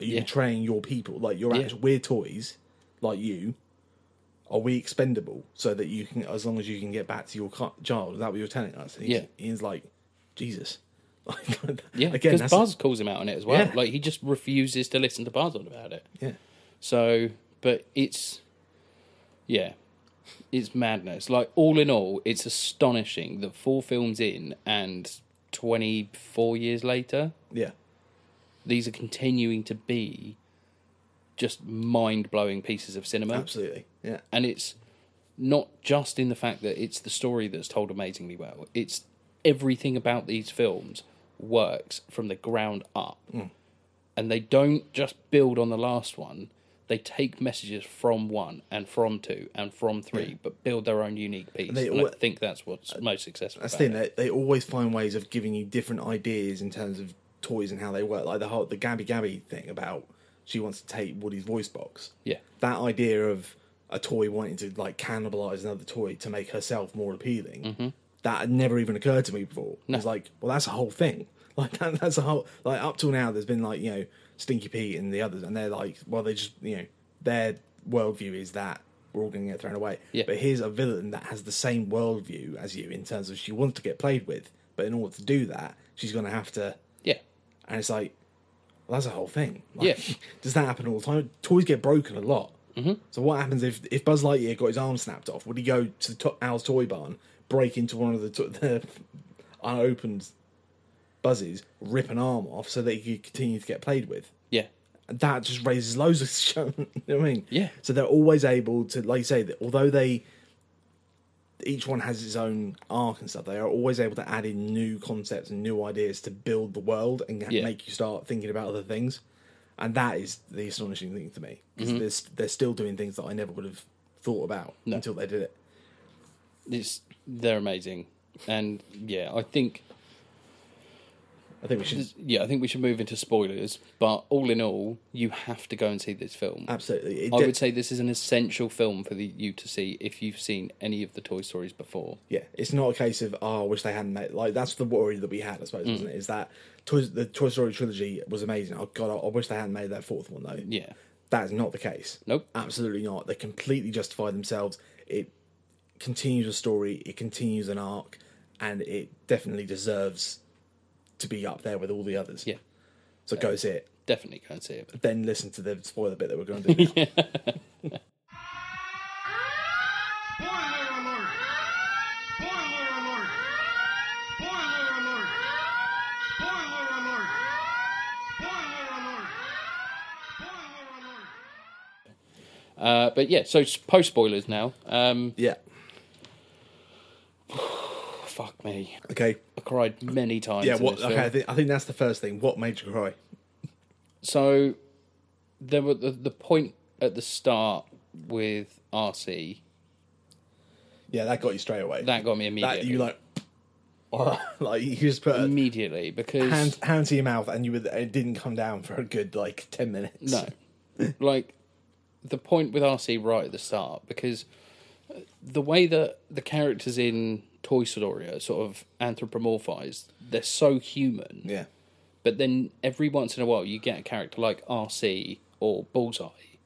Speaker 2: Are you
Speaker 1: Yeah.
Speaker 2: betraying your people? Like your
Speaker 1: Yeah.
Speaker 2: act- we're toys, like you. Are we expendable so that you can, as long as you can get back to your co- child? Is that what you're telling us?" And he's, he's like, "Jesus." Like,
Speaker 1: Yeah.
Speaker 2: again,
Speaker 1: Because
Speaker 2: that's
Speaker 1: Buzz calls him out on it as well.
Speaker 2: Yeah.
Speaker 1: Like he just refuses to listen to Buzz on about it.
Speaker 2: yeah,
Speaker 1: So, but it's, yeah, it's madness. Like, all in all, it's astonishing that four films in and 24 years later,
Speaker 2: yeah,
Speaker 1: these are continuing to be just mind blowing pieces of cinema.
Speaker 2: absolutely, yeah,
Speaker 1: And it's not just in the fact that it's the story that's told amazingly well, it's everything about these films works from the ground up.
Speaker 2: Hmm.
Speaker 1: And they don't just build on the last one, they take messages from one and from two and from three, but build their own unique piece. And,
Speaker 2: they
Speaker 1: I
Speaker 2: al-
Speaker 1: think that's what's most successful.
Speaker 2: That's the
Speaker 1: about
Speaker 2: thing.
Speaker 1: it.
Speaker 2: They, they always find ways of giving you different ideas in terms of toys and how they work. Like the whole the Gabby Gabby thing about she wants to take Woody's voice box.
Speaker 1: Yeah.
Speaker 2: That idea of a toy wanting to like cannibalize another toy to make herself more appealing. That had never even occurred to me before. It's like, well, that's a whole thing. Like that, that's a whole like up till now. There's been like you know Stinky Pete and the others, and they're like, well, they just you know their worldview is that we're all going to get thrown away.
Speaker 1: Yeah.
Speaker 2: But here's a villain that has the same worldview as you in terms of she wants to get played with, but in order to do that, she's going to have to.
Speaker 1: Yeah.
Speaker 2: And it's like, well, that's a whole thing. Like,
Speaker 1: Yeah.
Speaker 2: Does that happen all the time? Toys get broken a lot. Mm-hmm. So what happens if if Buzz Lightyear got his arm snapped off? Would he go to the to- Al's toy barn, break into one of the, to- the unopened buzzes, rip an arm off so that he could continue to get played with?
Speaker 1: Yeah.
Speaker 2: that just raises loads of show. you know what I mean?
Speaker 1: Yeah.
Speaker 2: So they're always able to, like you say, that although they each one has its own arc and stuff, they are always able to add in new concepts and new ideas to build the world and
Speaker 1: Yeah.
Speaker 2: make you start thinking about other things. And that is the astonishing thing to me because
Speaker 1: Mm-hmm.
Speaker 2: they're, they're still doing things that I never would have thought about until they did it.
Speaker 1: It's, they're amazing. And yeah, I think
Speaker 2: I think we should
Speaker 1: yeah, I think we should move into spoilers. But all in all, you have to go and see this film.
Speaker 2: Uh, absolutely. It
Speaker 1: I
Speaker 2: de-
Speaker 1: would say this is an essential film for the, you to see if you've seen any of the Toy Stories before.
Speaker 2: Yeah, it's not a case of oh, I wish they hadn't made like that's the worry that we had, I
Speaker 1: Mm.
Speaker 2: suppose, wasn't it? Is that Toy, the Toy Story trilogy was amazing. Oh god, I, I wish they hadn't made that fourth one though.
Speaker 1: Yeah,
Speaker 2: That is not the case.
Speaker 1: Nope.
Speaker 2: Absolutely not. They completely justify themselves. It continues a story, it continues an arc, and it definitely deserves to be up there with all the others.
Speaker 1: Yeah.
Speaker 2: So go see it.
Speaker 1: definitely go and see it.
Speaker 2: Then listen to the spoiler bit that we're going to do. now.
Speaker 3: Boiler alert! Boiler alert! Boiler alert! Boiler alert! Boiler alert! Boiler alert!
Speaker 1: Uh, but yeah, so post spoilers now. Um,
Speaker 2: yeah.
Speaker 1: fuck me,
Speaker 2: Okay.
Speaker 1: I cried many times.
Speaker 2: Yeah,
Speaker 1: in
Speaker 2: what,
Speaker 1: this
Speaker 2: okay,
Speaker 1: film.
Speaker 2: I think, I think that's the first thing. What made you cry?
Speaker 1: So there were the, the point at the start with RC
Speaker 2: Yeah, that got you straight away.
Speaker 1: that got me
Speaker 2: That
Speaker 1: immediately.
Speaker 2: you like, uh, like you just put
Speaker 1: Mm.
Speaker 2: a
Speaker 1: immediately because
Speaker 2: hand, hand to your mouth, and you were, it didn't come down for a good like ten minutes.
Speaker 1: no, like the point with RC right at the start because the way that the characters in Toy Story are sort of anthropomorphized, they're so human.
Speaker 2: yeah,
Speaker 1: But then every once in a while, you get a character like RC or Bullseye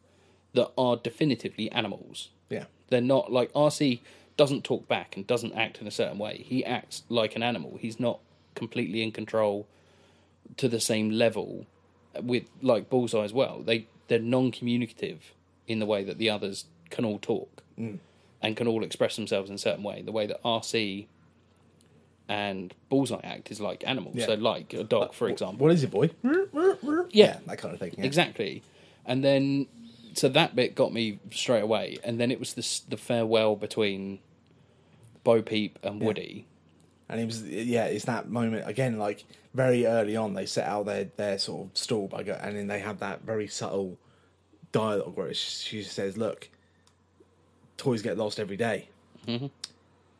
Speaker 1: that are definitively animals.
Speaker 2: yeah,
Speaker 1: They're not like RC doesn't talk back and doesn't act in a certain way. He acts like an animal. He's not completely in control to the same level with like Bullseye as well. They they're non-communicative in the way that the others can all talk and can all express themselves in a certain way. The way that RC and Bullseye act is like animals.
Speaker 2: Yeah.
Speaker 1: So like a dog, for example.
Speaker 2: What is it, boy?
Speaker 1: Yeah.
Speaker 2: that kind of thing. Yeah.
Speaker 1: Exactly. And then, so that bit got me straight away. And then it was this, the farewell between Bo Peep and Woody.
Speaker 2: And it was yeah, it's that moment again. Like very early on, they set out their their sort of stall by go, and then they have that very subtle dialogue where she says, "Look, toys get lost every day.
Speaker 1: Mm-hmm.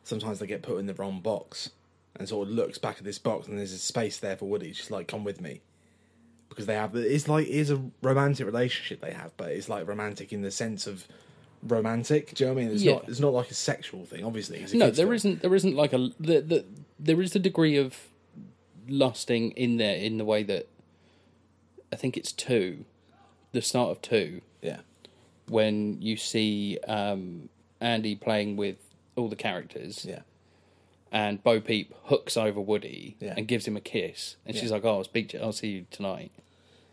Speaker 2: Sometimes they get put in the wrong box." And sort of looks back at this box, and there's a space there for Woody. She's like, "Come with me," because they have it's like it's a romantic relationship they have, but it's like romantic in the sense of romantic. Do you know what I mean? It's
Speaker 1: Yeah.
Speaker 2: not it's not like a sexual thing, obviously. It's a
Speaker 1: No,
Speaker 2: kid's
Speaker 1: there
Speaker 2: film.
Speaker 1: isn't. There isn't like a. The, the, there is a degree of lusting in there in the way that I think it's two, the start of two,
Speaker 2: Yeah,
Speaker 1: when you see um, Andy playing with all the characters.
Speaker 2: yeah.
Speaker 1: and Bo Peep hooks over Woody
Speaker 2: Yeah.
Speaker 1: and gives him a kiss, and she's
Speaker 2: Yeah.
Speaker 1: like, "Oh, I'll speak to, I'll see you tonight."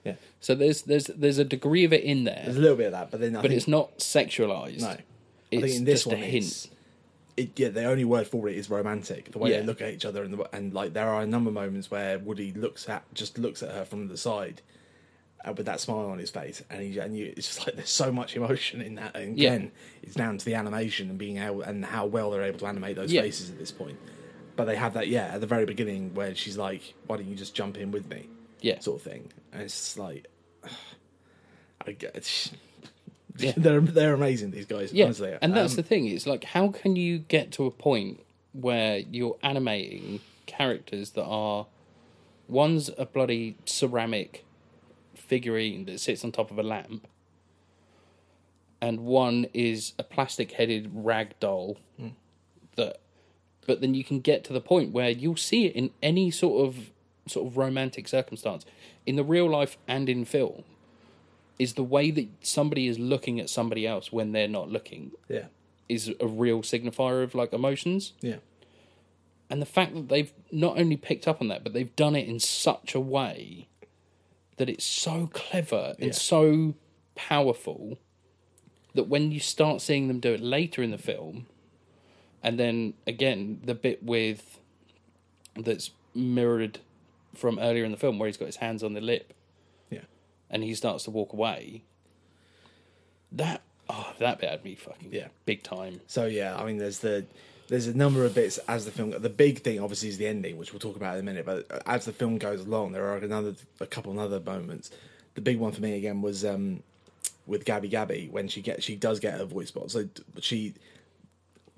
Speaker 2: Yeah.
Speaker 1: So there's there's there's a degree of it in there,
Speaker 2: There's a little bit of that, but then I
Speaker 1: but
Speaker 2: think,
Speaker 1: it's not sexualized.
Speaker 2: no.
Speaker 1: it's
Speaker 2: I think in this
Speaker 1: just
Speaker 2: one,
Speaker 1: a
Speaker 2: it's-
Speaker 1: hint.
Speaker 2: It, yeah, the only word for it is romantic. The way
Speaker 1: Yeah.
Speaker 2: they look at each other, and the, and like there are a number of moments where Woody looks at just looks at her from the side, uh, with that smile on his face, and he, and you, it's just like there's so much emotion in that. And
Speaker 1: Yeah.
Speaker 2: again, it's down to the animation and being able and how well they're able to animate those
Speaker 1: Yeah.
Speaker 2: faces at this point. But they have that, yeah, at the very beginning where she's like, "Why don't you just jump in with me?"
Speaker 1: Yeah.
Speaker 2: sort of thing. And it's just like, I guess
Speaker 1: Yeah.
Speaker 2: they're they're amazing. These guys,
Speaker 1: yeah,
Speaker 2: honestly.
Speaker 1: and that's
Speaker 2: Um,
Speaker 1: the thing. It's like, how can you get to a point where you're animating characters that are one's a bloody ceramic figurine that sits on top of a lamp, and one is a plastic-headed rag doll
Speaker 2: Hmm.
Speaker 1: that. But then you can get to the point where you'll see it in any sort of sort of romantic circumstance, in the real life and in film, is the way that somebody is looking at somebody else when they're not looking
Speaker 2: yeah,
Speaker 1: is a real signifier of like emotions.
Speaker 2: yeah,
Speaker 1: And the fact that they've not only picked up on that, but they've done it in such a way that it's so clever and
Speaker 2: Yeah.
Speaker 1: so powerful that when you start seeing them do it later in the film, and then again, the bit with that's mirrored from earlier in the film where he's got his hands on the lip
Speaker 2: yeah.
Speaker 1: and he starts to walk away. That oh, that bit had me fucking
Speaker 2: Yeah.
Speaker 1: big time.
Speaker 2: So yeah, I mean, there's the there's a number of bits as the film. The big thing, obviously, is the ending, which we'll talk about in a minute. But as the film goes along, there are another a couple other moments. The big one for me again was um, with Gabby Gabby when she gets she does get her voice box. So d- she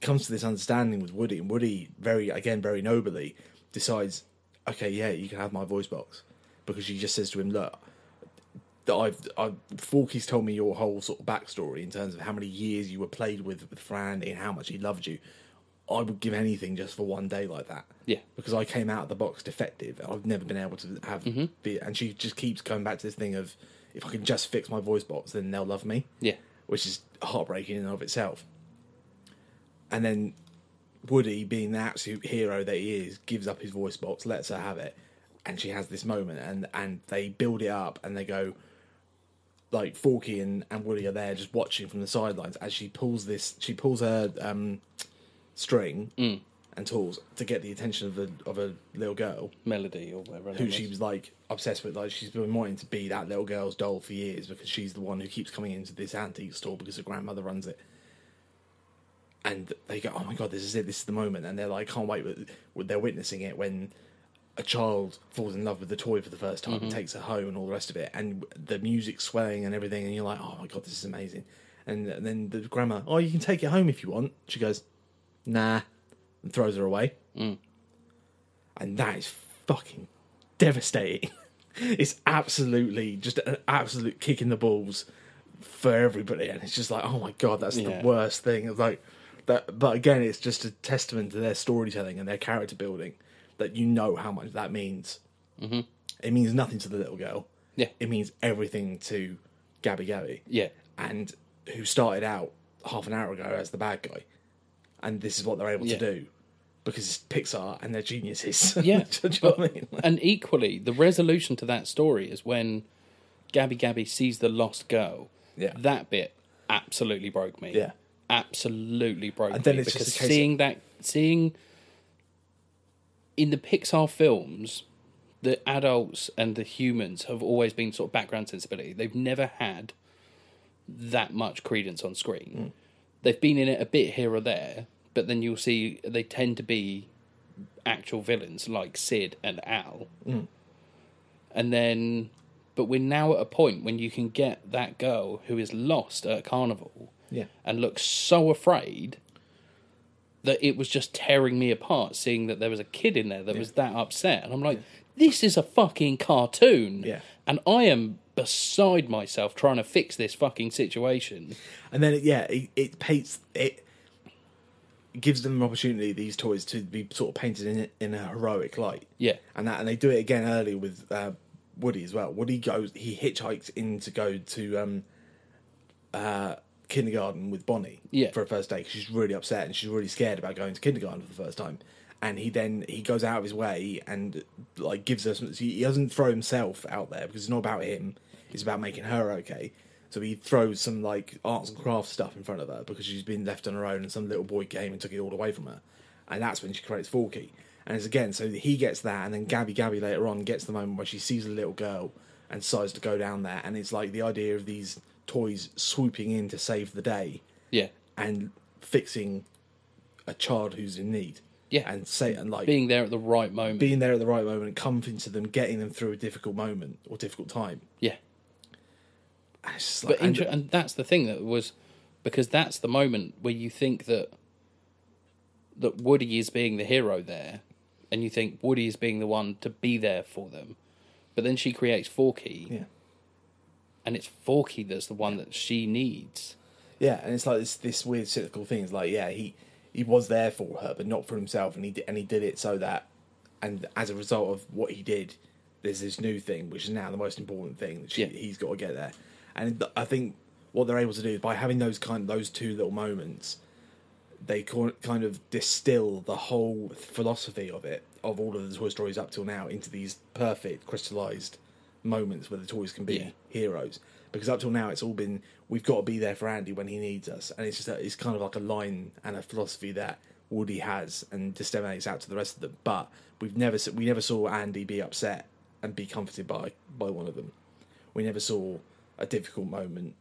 Speaker 2: comes to this understanding with Woody, and Woody very again very nobly decides, okay, yeah, you can have my voice box, because she just says to him, look, that I've, I've Forky's told me your whole sort of backstory in terms of how many years you were played with with Fran and how much he loved you. I would give anything just for one day like that.
Speaker 1: Yeah.
Speaker 2: because I came out of the box defective. I've never been able to have be, and she just keeps going back to this thing of if I can just fix my voice box, then they'll love me.
Speaker 1: Yeah.
Speaker 2: which is heartbreaking in and of itself. And then Woody, being the absolute hero that he is, gives up his voice box, lets her have it, and she has this moment, and and they build it up, and they go like Forky and, and Woody are there just watching from the sidelines as she pulls this, she pulls her um, string and tools to get the attention of a of a little girl
Speaker 1: Melody or whatever. it
Speaker 2: who
Speaker 1: was.
Speaker 2: she was like obsessed with. Like she's been wanting to be that little girl's doll for years because she's the one who keeps coming into this antique store because her grandmother runs it. and they go, "Oh my god, this is it! This is the moment!" And they're like, "Can't wait!" But They're witnessing it when a child falls in love with the toy for the first time and takes her home and all the rest of it, and the music swelling and everything, and you're like, "Oh my god, this is amazing!" And then the grandma, "Oh, you can take it home if you want." She goes, "Nah," and throws her away,
Speaker 1: Mm.
Speaker 2: and that is fucking devastating. it's absolutely just an absolute kick in the balls for everybody, and it's just like, oh my god, that's
Speaker 1: Yeah.
Speaker 2: the worst thing. It's like that, but again, it's just a testament to their storytelling and their character building that you know how much that means. Mm-hmm. It means nothing to the little girl.
Speaker 1: Yeah.
Speaker 2: it means everything to Gabby Gabby
Speaker 1: Yeah.
Speaker 2: and who started out half an hour ago as the bad guy, and this is what they're able
Speaker 1: Yeah.
Speaker 2: to do because it's Pixar and they're geniuses.
Speaker 1: Yeah,
Speaker 2: do you know what I mean? Like,
Speaker 1: And equally, the resolution to that story is when Gabby Gabby sees the lost girl.
Speaker 2: Yeah.
Speaker 1: That bit absolutely broke me.
Speaker 2: Yeah.
Speaker 1: Absolutely broke
Speaker 2: And then
Speaker 1: me.
Speaker 2: it's just
Speaker 1: because
Speaker 2: a case of-
Speaker 1: seeing that seeing in the Pixar films, the adults and the humans have always been sort of background sensibility. They've never had that much credence on
Speaker 2: Mm.
Speaker 1: screen. They've been in it a bit here or there, but then you'll see they tend to be actual villains like Sid and Al.
Speaker 2: Mm.
Speaker 1: And then, but we're now at a point when you can get that girl who is lost at a carnival
Speaker 2: yeah,
Speaker 1: and looks so afraid that it was just tearing me apart seeing that there was a kid in there that was that upset. And I'm like, this is a fucking cartoon.
Speaker 2: Yeah.
Speaker 1: And I am beside myself trying to fix this fucking situation.
Speaker 2: and then it, yeah, it, it paints it gives them an opportunity these toys to be sort of painted in in a heroic light.
Speaker 1: Yeah.
Speaker 2: and that and they do it again early with uh, Woody as well. Woody goes he hitchhikes in to go to um, uh, kindergarten with Bonnie
Speaker 1: Yeah.
Speaker 2: for her first day 'cause she's really upset and she's really scared about going to kindergarten for the first time. And he then he goes out of his way and like gives her some. He doesn't throw himself out there because it's not about him. It's about making her okay. So he throws some like arts and crafts stuff in front of her because she's been left on her own and some little boy came and took it all away from her. And that's when she creates Forky. And it's again, so he gets that, and then Gabby Gabby later on gets the moment where she sees a little girl and decides to go down there. And it's like the idea of these toys swooping in to save the day
Speaker 1: Yeah.
Speaker 2: and fixing a child who's in need.
Speaker 1: Yeah.
Speaker 2: And say and like being,
Speaker 1: Being there at the right moment.
Speaker 2: there at the right moment, comforting to them, getting them through a difficult moment or difficult time.
Speaker 1: yeah.
Speaker 2: And it's just like,
Speaker 1: But
Speaker 2: and-
Speaker 1: inter- and that's the thing that was because that's the moment where you think that that Woody is being the hero there, and you think Woody is being the one to be there for them. But then she creates Forky,
Speaker 2: yeah.
Speaker 1: and it's Forky that's the one that she needs.
Speaker 2: Yeah, and it's like this this weird cynical thing. It's like, yeah, he he was there for her, but not for himself, and he did, and he did it so that, and as a result of what he did, there's this new thing, which is now the most important thing that she,
Speaker 1: Yeah.
Speaker 2: he's got to get there. And th- I think what they're able to do is by having those kind those two little moments, they cor- kind of distill the whole philosophy of it of all of the Toy Stories up till now into these perfect crystallized moments where the toys can be
Speaker 1: Yeah.
Speaker 2: heroes. Because up till now, it's all been we've got to be there for Andy when he needs us, and it's just a, it's kind of like a line and a philosophy that Woody has and disseminates out to the rest of them. But we've never se- we never saw Andy be upset and be comforted by by one of them. We never saw a difficult moment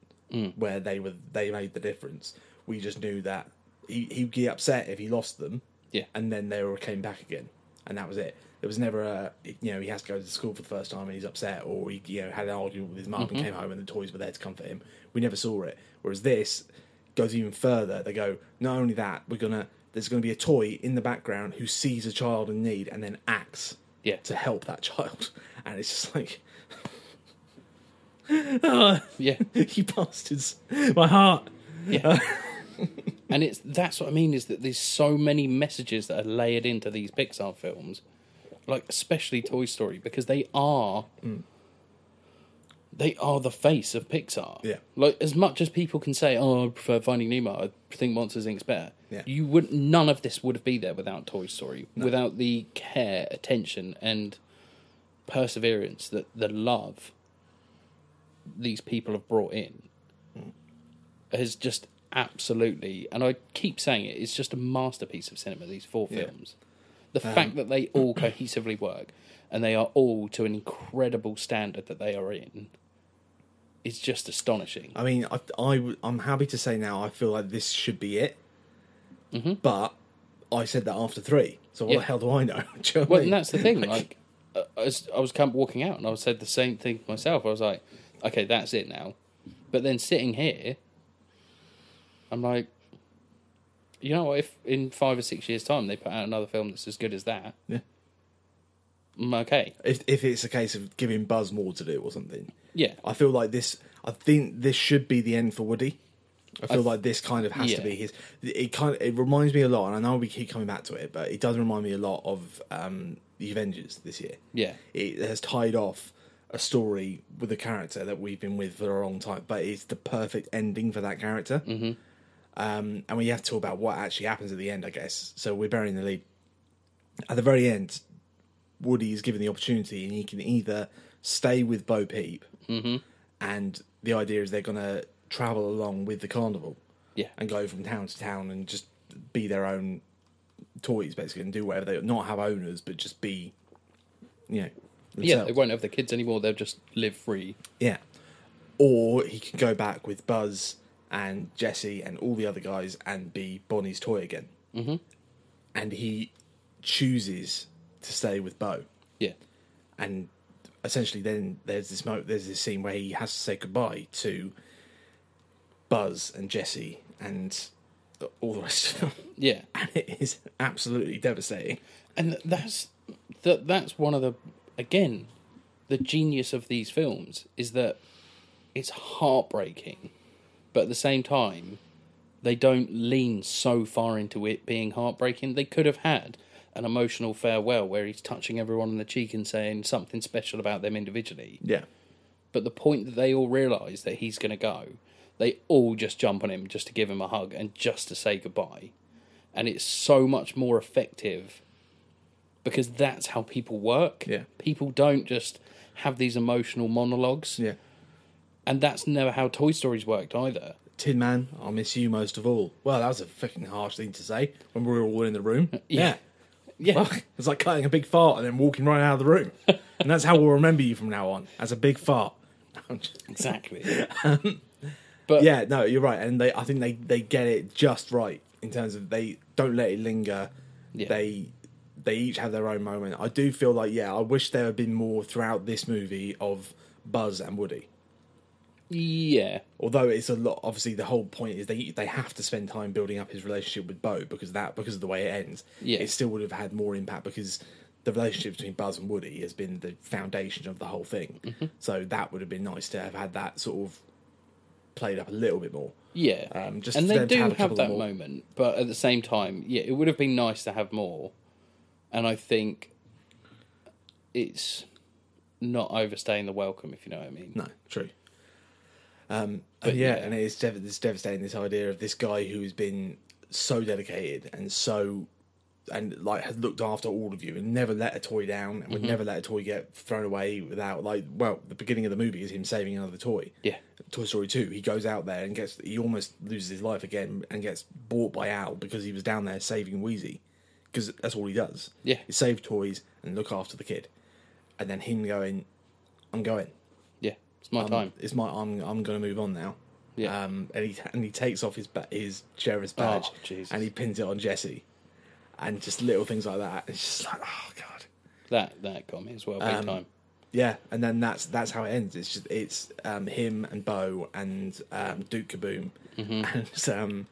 Speaker 2: where they were they made the difference. We just knew that he he'd get upset if he lost them,
Speaker 1: Yeah.
Speaker 2: and then they all came back again, and that was it. There was never a you know he has to go to school for the first time and he's upset, or he you know had an argument with his mum and came home and the toys were there to comfort him. We never saw it. Whereas this goes even further. They go not only that we're gonna there's gonna be a toy in the background who sees a child in need and then acts
Speaker 1: Yeah.
Speaker 2: to help that child, and it's just like Oh,
Speaker 1: Yeah.
Speaker 2: you bastards, my heart.
Speaker 1: Yeah. and it's that's what I mean is that there's so many messages that are layered into these Pixar films, like especially Toy Story, because they are they are the face of Pixar.
Speaker 2: Yeah.
Speaker 1: Like as much as people can say, "Oh, I prefer Finding Nemo," I think Monsters Inc.'s better.
Speaker 2: Yeah.
Speaker 1: You would none of this would be there without Toy Story, without the care, attention, and perseverance that the love these people have brought in
Speaker 2: Hmm.
Speaker 1: has just absolutely and I keep saying it, it's just a masterpiece of cinema, these four
Speaker 2: Yeah. Um,
Speaker 1: films. The fact that they all cohesively work and they are all to an incredible standard that they are in is just astonishing.
Speaker 2: I mean, I, I, am happy to say now I feel like this should be it. But I said that after three, so
Speaker 1: Mm-hmm.
Speaker 2: what
Speaker 1: Yeah.
Speaker 2: the hell do I know? Do you know what I
Speaker 1: Well,
Speaker 2: mean?
Speaker 1: and that's the thing. Like, uh, I was, I was kind of walking out, and I said the same thing to myself. I was like, okay, that's it now. But then sitting here, I'm like, you know what? If in five or six years' time they put out another film that's as good as that,
Speaker 2: Yeah.
Speaker 1: I'm okay,
Speaker 2: if if it's a case of giving Buzz more to do or something,
Speaker 1: yeah,
Speaker 2: I feel like this. I think this should be the end for Woody. I feel like this kind of has to
Speaker 1: yeah.
Speaker 2: be his. It kind of, it reminds me a lot, and I know we keep coming back to it, but it does remind me a lot of um, the Avengers this year.
Speaker 1: yeah,
Speaker 2: It has tied off a story with a character that we've been with for a long time, but it's the perfect ending for that character. Mm-hmm. Um, and we have to talk about what actually happens at the end, I guess. So we're burying the lead. At the very end, Woody is given the opportunity, and he can either stay with Bo Peep, and the idea is they're going to travel along with the carnival
Speaker 1: yeah,
Speaker 2: and go from town to town and just be their own toys, basically, and do whatever they not have owners, but just be, you know,
Speaker 1: yeah.
Speaker 2: themselves.
Speaker 1: They won't have the kids anymore. They'll just live free.
Speaker 2: Yeah. Or he can go back with Buzz and Jesse and all the other guys and be Bonnie's toy again. Mm-hmm. And he chooses to stay with Bo.
Speaker 1: Yeah,
Speaker 2: And essentially, then there's this mo- there's this scene where he has to say goodbye to Buzz and Jesse and all the rest of them.
Speaker 1: yeah.
Speaker 2: And it is absolutely devastating.
Speaker 1: and th- that's that that's one of the again the genius of these films is that it's heartbreaking but at the same time they don't lean so far into it being heartbreaking they could have had an emotional farewell where he's touching everyone on the cheek and saying something special about them individually
Speaker 2: Yeah.
Speaker 1: but the point that they all realize that he's going to go they all just jump on him just to give him a hug and just to say goodbye and it's so much more effective because that's how people work
Speaker 2: Yeah.
Speaker 1: people don't just have these emotional monologues
Speaker 2: Yeah.
Speaker 1: and that's never how toy stories worked either
Speaker 2: Tin Man, I'll miss you most of all. Well, that was a fucking harsh thing to say when we were all in the room.
Speaker 1: Yeah. yeah
Speaker 2: Fuck. It's like cutting a big fart and then walking right out of the room. and that's how we'll remember you from now on, as a big fart. I'm just-
Speaker 1: exactly but
Speaker 2: yeah, no, you're right. And they I think they, they get it just right in terms of they don't let it linger.
Speaker 1: Yeah.
Speaker 2: They they each have their own moment. I do feel like, yeah, I wish there had been more throughout this movie of Buzz and Woody.
Speaker 1: yeah
Speaker 2: although it's a lot obviously the whole point is they they have to spend time building up his relationship with Bo because that because of the way it ends
Speaker 1: Yeah.
Speaker 2: it still would have had more impact because the relationship between Buzz and Woody has been the foundation of the whole thing so that would have been nice to have had that sort of played up a little bit more
Speaker 1: Yeah,
Speaker 2: Um, just
Speaker 1: and
Speaker 2: for
Speaker 1: they
Speaker 2: them to
Speaker 1: do
Speaker 2: have a
Speaker 1: have,
Speaker 2: couple of
Speaker 1: that
Speaker 2: more-
Speaker 1: moment, but at the same time, yeah, it would have been nice to have more. And I think it's not overstaying the welcome, if you know what I mean.
Speaker 2: no true um and yeah,
Speaker 1: yeah.
Speaker 2: and it's, dev- it's devastating this idea of this guy who has been so dedicated and so and like has looked after all of you and never let a toy down and would never let a toy get thrown away without like well the beginning of the movie is him saving another toy
Speaker 1: Yeah,
Speaker 2: toy story 2 he goes out there and gets he almost loses his life again and gets bought by al because he was down there saving wheezy because that's all he does
Speaker 1: Yeah.
Speaker 2: he save toys and look after the kid and then him going i'm going
Speaker 1: yeah, it's my
Speaker 2: I'm-
Speaker 1: time.
Speaker 2: Um, it's my i'm i'm going to move on now
Speaker 1: Yeah.
Speaker 2: um and he and he takes off his ba- his sheriff's badge
Speaker 1: Oh, Jesus.
Speaker 2: and he pins it on jesse and just little things like that it's just like oh god
Speaker 1: That that got me as well, big
Speaker 2: um,
Speaker 1: time.
Speaker 2: yeah and then that's that's how it ends it's just it's um him and bo and um duke kaboom
Speaker 1: Mm-hmm.
Speaker 2: and um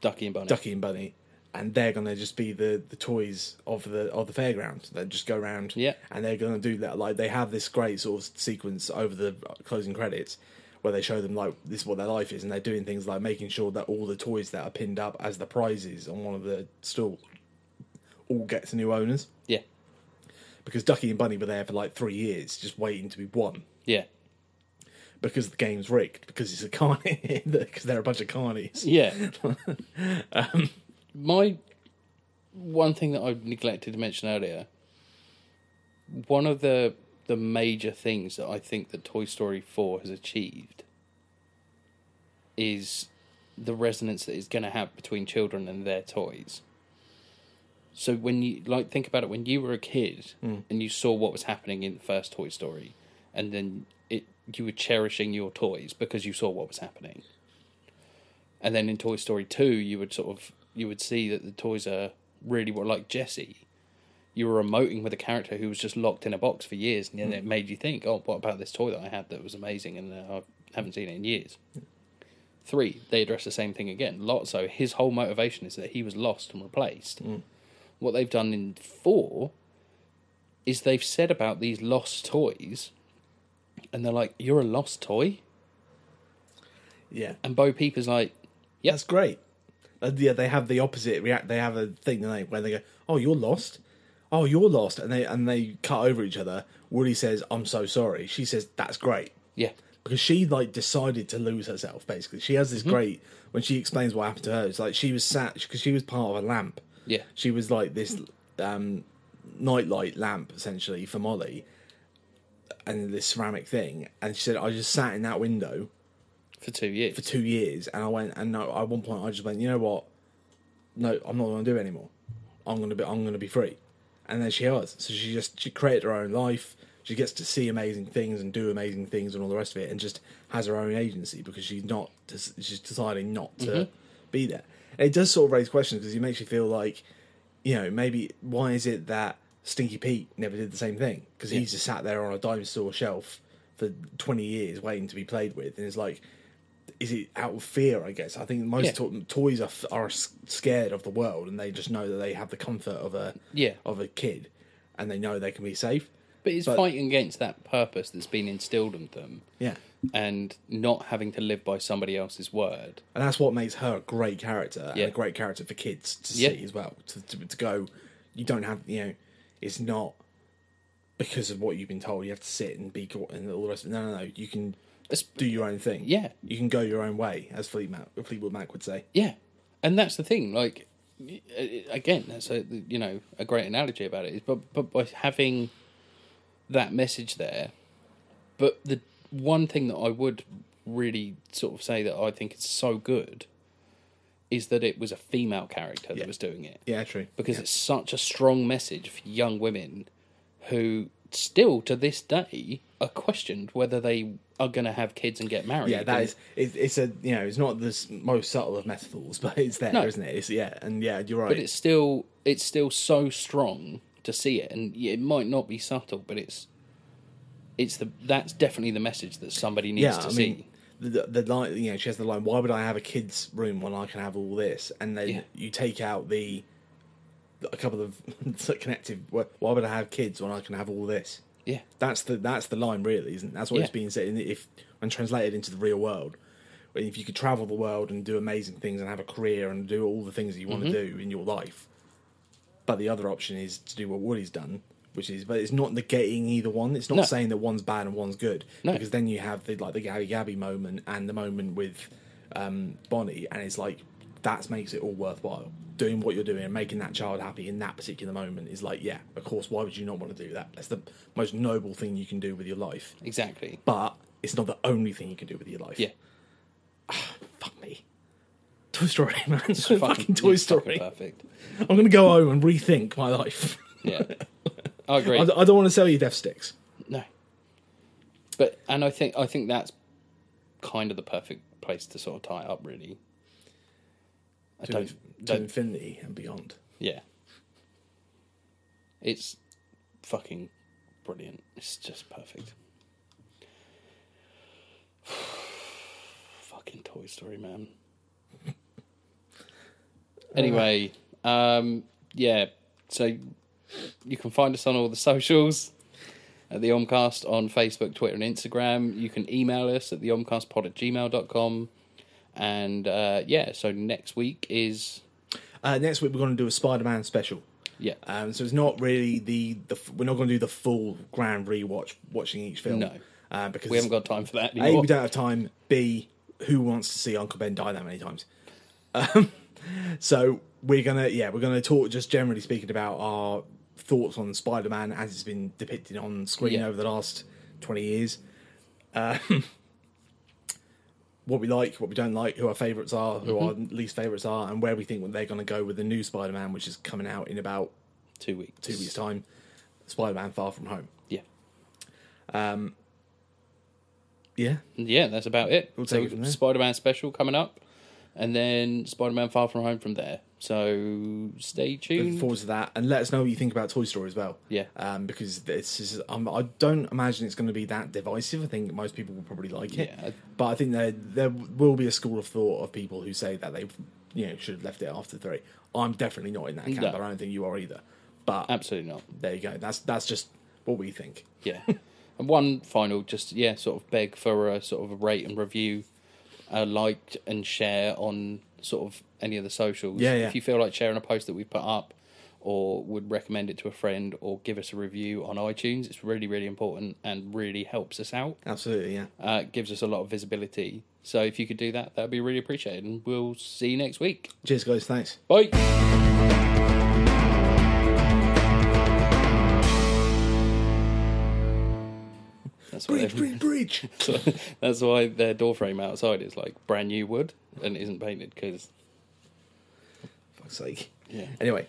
Speaker 1: Ducky and Bunny.
Speaker 2: ducky and bunny and they're gonna just be the the toys of the of the fairground that just go around
Speaker 1: Yeah.
Speaker 2: and they're gonna do that like they have this great sort of sequence over the closing credits where they show them like this is what their life is and they're doing things like making sure that all the toys that are pinned up as the prizes on one of the stalls all gets new owners
Speaker 1: Yeah,
Speaker 2: because Ducky and Bunny were there for like three years, just waiting to be won
Speaker 1: yeah,
Speaker 2: because the game's rigged because it's a carny because they're a bunch of carnies.
Speaker 1: yeah. Um, my one thing that I neglected to mention earlier. One of the the major things that I think that Toy Story Four has achieved is the resonance that it's going to have between children and their toys. So when you like think about it, when you were a kid and you saw what was happening in the first Toy Story, and then it you were cherishing your toys because you saw what was happening. And then in Toy Story 2, you would sort of you would see that the toys are really were like Jesse. You were emoting with a character who was just locked in a box for years, and then it made you think, "Oh, what about this toy that I had that was amazing, and uh, I haven't seen it in years." Three, they address the same thing again. Lotso, his whole motivation is that he was lost and replaced. What they've done in four is they've said about these lost toys, and they're like, "You're a lost toy,"
Speaker 2: Yeah,
Speaker 1: and Bo Peep is like, "Yes,
Speaker 2: that's great. Uh, yeah, they have the opposite react. They have a thing don't they, where they go, "Oh, you're lost. Oh, you're lost," and they and they cut over each other. Woody says, "I'm so sorry." She says, "That's great."
Speaker 1: yeah,
Speaker 2: because she like decided to lose herself basically she has this great when she explains what happened to her it's like she was sat because she was part of a lamp
Speaker 1: Yeah.
Speaker 2: she was like this um nightlight lamp essentially for molly and this ceramic thing and she said i just sat in that window
Speaker 1: for two years."
Speaker 2: for two years and i went and no at one point i just went you know what no i'm not gonna do it anymore i'm gonna be i'm gonna be free and then she was so she just she created her own life she gets to see amazing things and do amazing things and all the rest of it and just has her own agency because she's not she's deciding not to be there and it does sort of raise questions because it makes you feel like you know maybe why is it that stinky pete never did the same thing because he's just sat there on a dime store shelf for 20 years waiting to be played with and it's like is it out of fear? I guess I think most
Speaker 1: Yeah.
Speaker 2: to- toys are f- are s- scared of the world, and they just know that they have the comfort of a
Speaker 1: Yeah.
Speaker 2: of a kid, and they know they can be safe.
Speaker 1: But it's
Speaker 2: But-
Speaker 1: fighting against that purpose that's been instilled in them
Speaker 2: Yeah,
Speaker 1: and not having to live by somebody else's word.
Speaker 2: and that's what makes her a great character
Speaker 1: Yeah.
Speaker 2: and a great character for kids to
Speaker 1: Yeah.
Speaker 2: see as well. To, to to go, you don't have you know, it's not because of what you've been told. You have to sit and be caught and all the rest. Of, no, no, no. You can
Speaker 1: It's-
Speaker 2: do your own thing.
Speaker 1: Yeah.
Speaker 2: you can go your own way, as Fleet Mac, Fleetwood Mac would say.
Speaker 1: Yeah. And that's the thing. Like, y- uh, again, that's a, you know, a great analogy about it. is But, but by having that message there, but the one thing that I would really sort of say that I think is so good is that it was a female character that was doing it.
Speaker 2: Yeah, true.
Speaker 1: because it's such a strong message for young women who still to this day are questioned whether they are going to have kids and get married.
Speaker 2: Yeah, that
Speaker 1: And
Speaker 2: is. It, it's a you know, it's not the s- most subtle of metaphors, but it's there,
Speaker 1: No.
Speaker 2: not it? It's, yeah, and yeah, you're right.
Speaker 1: But it's still it's still so strong to see it, and yeah, it might not be subtle, but it's it's the that's definitely the message that somebody needs
Speaker 2: yeah,
Speaker 1: to
Speaker 2: I
Speaker 1: see.
Speaker 2: mean, the, the line. You know, she has the line. Why would I have a kids' room when I can have all this? And then
Speaker 1: Yeah.
Speaker 2: you take out the a couple of connective. Why would I have kids when I can have all this?
Speaker 1: yeah,
Speaker 2: That's the that's the line, really, isn't? It? That's what it's
Speaker 1: Yeah.
Speaker 2: being said. in the- If when translated into the real world, if you could travel the world and do amazing things and have a career and do all the things that you want
Speaker 1: Mm-hmm.
Speaker 2: to do in your life, but the other option is to do what Woody's done, which is, but it's not negating either one. It's not
Speaker 1: No.
Speaker 2: saying that one's bad and one's good,
Speaker 1: No.
Speaker 2: because then you have the like the Gabby Gabby moment and the moment with um, Bonnie, and it's like that makes it all worthwhile. Doing what you're doing and making that child happy in that particular moment is like, yeah, of course. Why would you not want to do that? That's the most noble thing you can do with your life,
Speaker 1: exactly.
Speaker 2: but it's not the only thing you can do with your life.
Speaker 1: Yeah,
Speaker 2: fuck me. Toy Story, man. Fucking, Toy
Speaker 1: it's fucking
Speaker 2: Story.
Speaker 1: perfect.
Speaker 2: I'm gonna go home and rethink my life.
Speaker 1: Yeah, I agree.
Speaker 2: I, I don't want to sell you death sticks.
Speaker 1: No. But and I think I think that's kind of the perfect place to sort of tie it up really. I
Speaker 2: to,
Speaker 1: don't,
Speaker 2: inf- to
Speaker 1: don't
Speaker 2: infinity and beyond.
Speaker 1: yeah. It's fucking brilliant. It's just perfect. fucking Toy Story, man. Anyway, um yeah, so you can find us on all the socials at the Omcast on Facebook, Twitter, and Instagram. You can email us at the Omcastpod at gmail.com. And uh, yeah, so next week is.
Speaker 2: Uh, next week we're going to do a Spider-Man special.
Speaker 1: Yeah.
Speaker 2: Um, so it's not really the, the f- we're not going to do the full grand rewatch watching each film.
Speaker 1: No.
Speaker 2: uh, because
Speaker 1: we haven't got time for that
Speaker 2: A
Speaker 1: anymore.
Speaker 2: we don't have time. B who wants to see Uncle Ben die that many times? Um, so we're gonna yeah we're gonna talk just generally speaking about our thoughts on Spider-Man as it's been depicted on screen
Speaker 1: Yeah.
Speaker 2: over the last twenty years. Um, what we like, what we don't like, who our favourites are, who
Speaker 1: Mm-hmm.
Speaker 2: our least favourites are, and where we think they're going to go with the new Spider Man, which is coming out in about
Speaker 1: Two weeks.
Speaker 2: two weeks' time Spider Man Far From Home.
Speaker 1: Yeah.
Speaker 2: Yeah.
Speaker 1: Yeah, that's about it.
Speaker 2: We'll
Speaker 1: so
Speaker 2: take it from there.
Speaker 1: Spider Man special coming up. And then Spider Man Far From Home from there. So stay
Speaker 2: Looking
Speaker 1: tuned.
Speaker 2: forward to that, and let us know what you think about Toy Story as well.
Speaker 1: Yeah.
Speaker 2: um, because this is um, I don't imagine it's going to be that divisive. I think most people will probably like it,
Speaker 1: Yeah.
Speaker 2: but I think there there will be a school of thought of people who say that they you know should have left it after three. I'm definitely not in that camp.
Speaker 1: No. Um,
Speaker 2: I don't think you are either. But
Speaker 1: Absolutely not.
Speaker 2: there you go. That's that's just what we think.
Speaker 1: Yeah. and one final, just yeah, sort of beg for a sort of a rate and review, uh, like and share on sort of any of the socials.
Speaker 2: Yeah, yeah.
Speaker 1: If you feel like sharing a post that we put up, or would recommend it to a friend, or give us a review on iTunes, it's really really important and really helps us out.
Speaker 2: Absolutely, yeah.
Speaker 1: Uh, gives us a lot of visibility. So if you could do that, that'd be really appreciated. And we'll see you next week.
Speaker 2: Cheers, guys. Thanks.
Speaker 1: Bye. That's what
Speaker 2: Breach,
Speaker 1: every-
Speaker 2: breach, breach.
Speaker 1: that's why their door frame outside is like brand new wood and isn't painted because
Speaker 2: Fuck's sake.
Speaker 1: yeah.
Speaker 2: Anyway,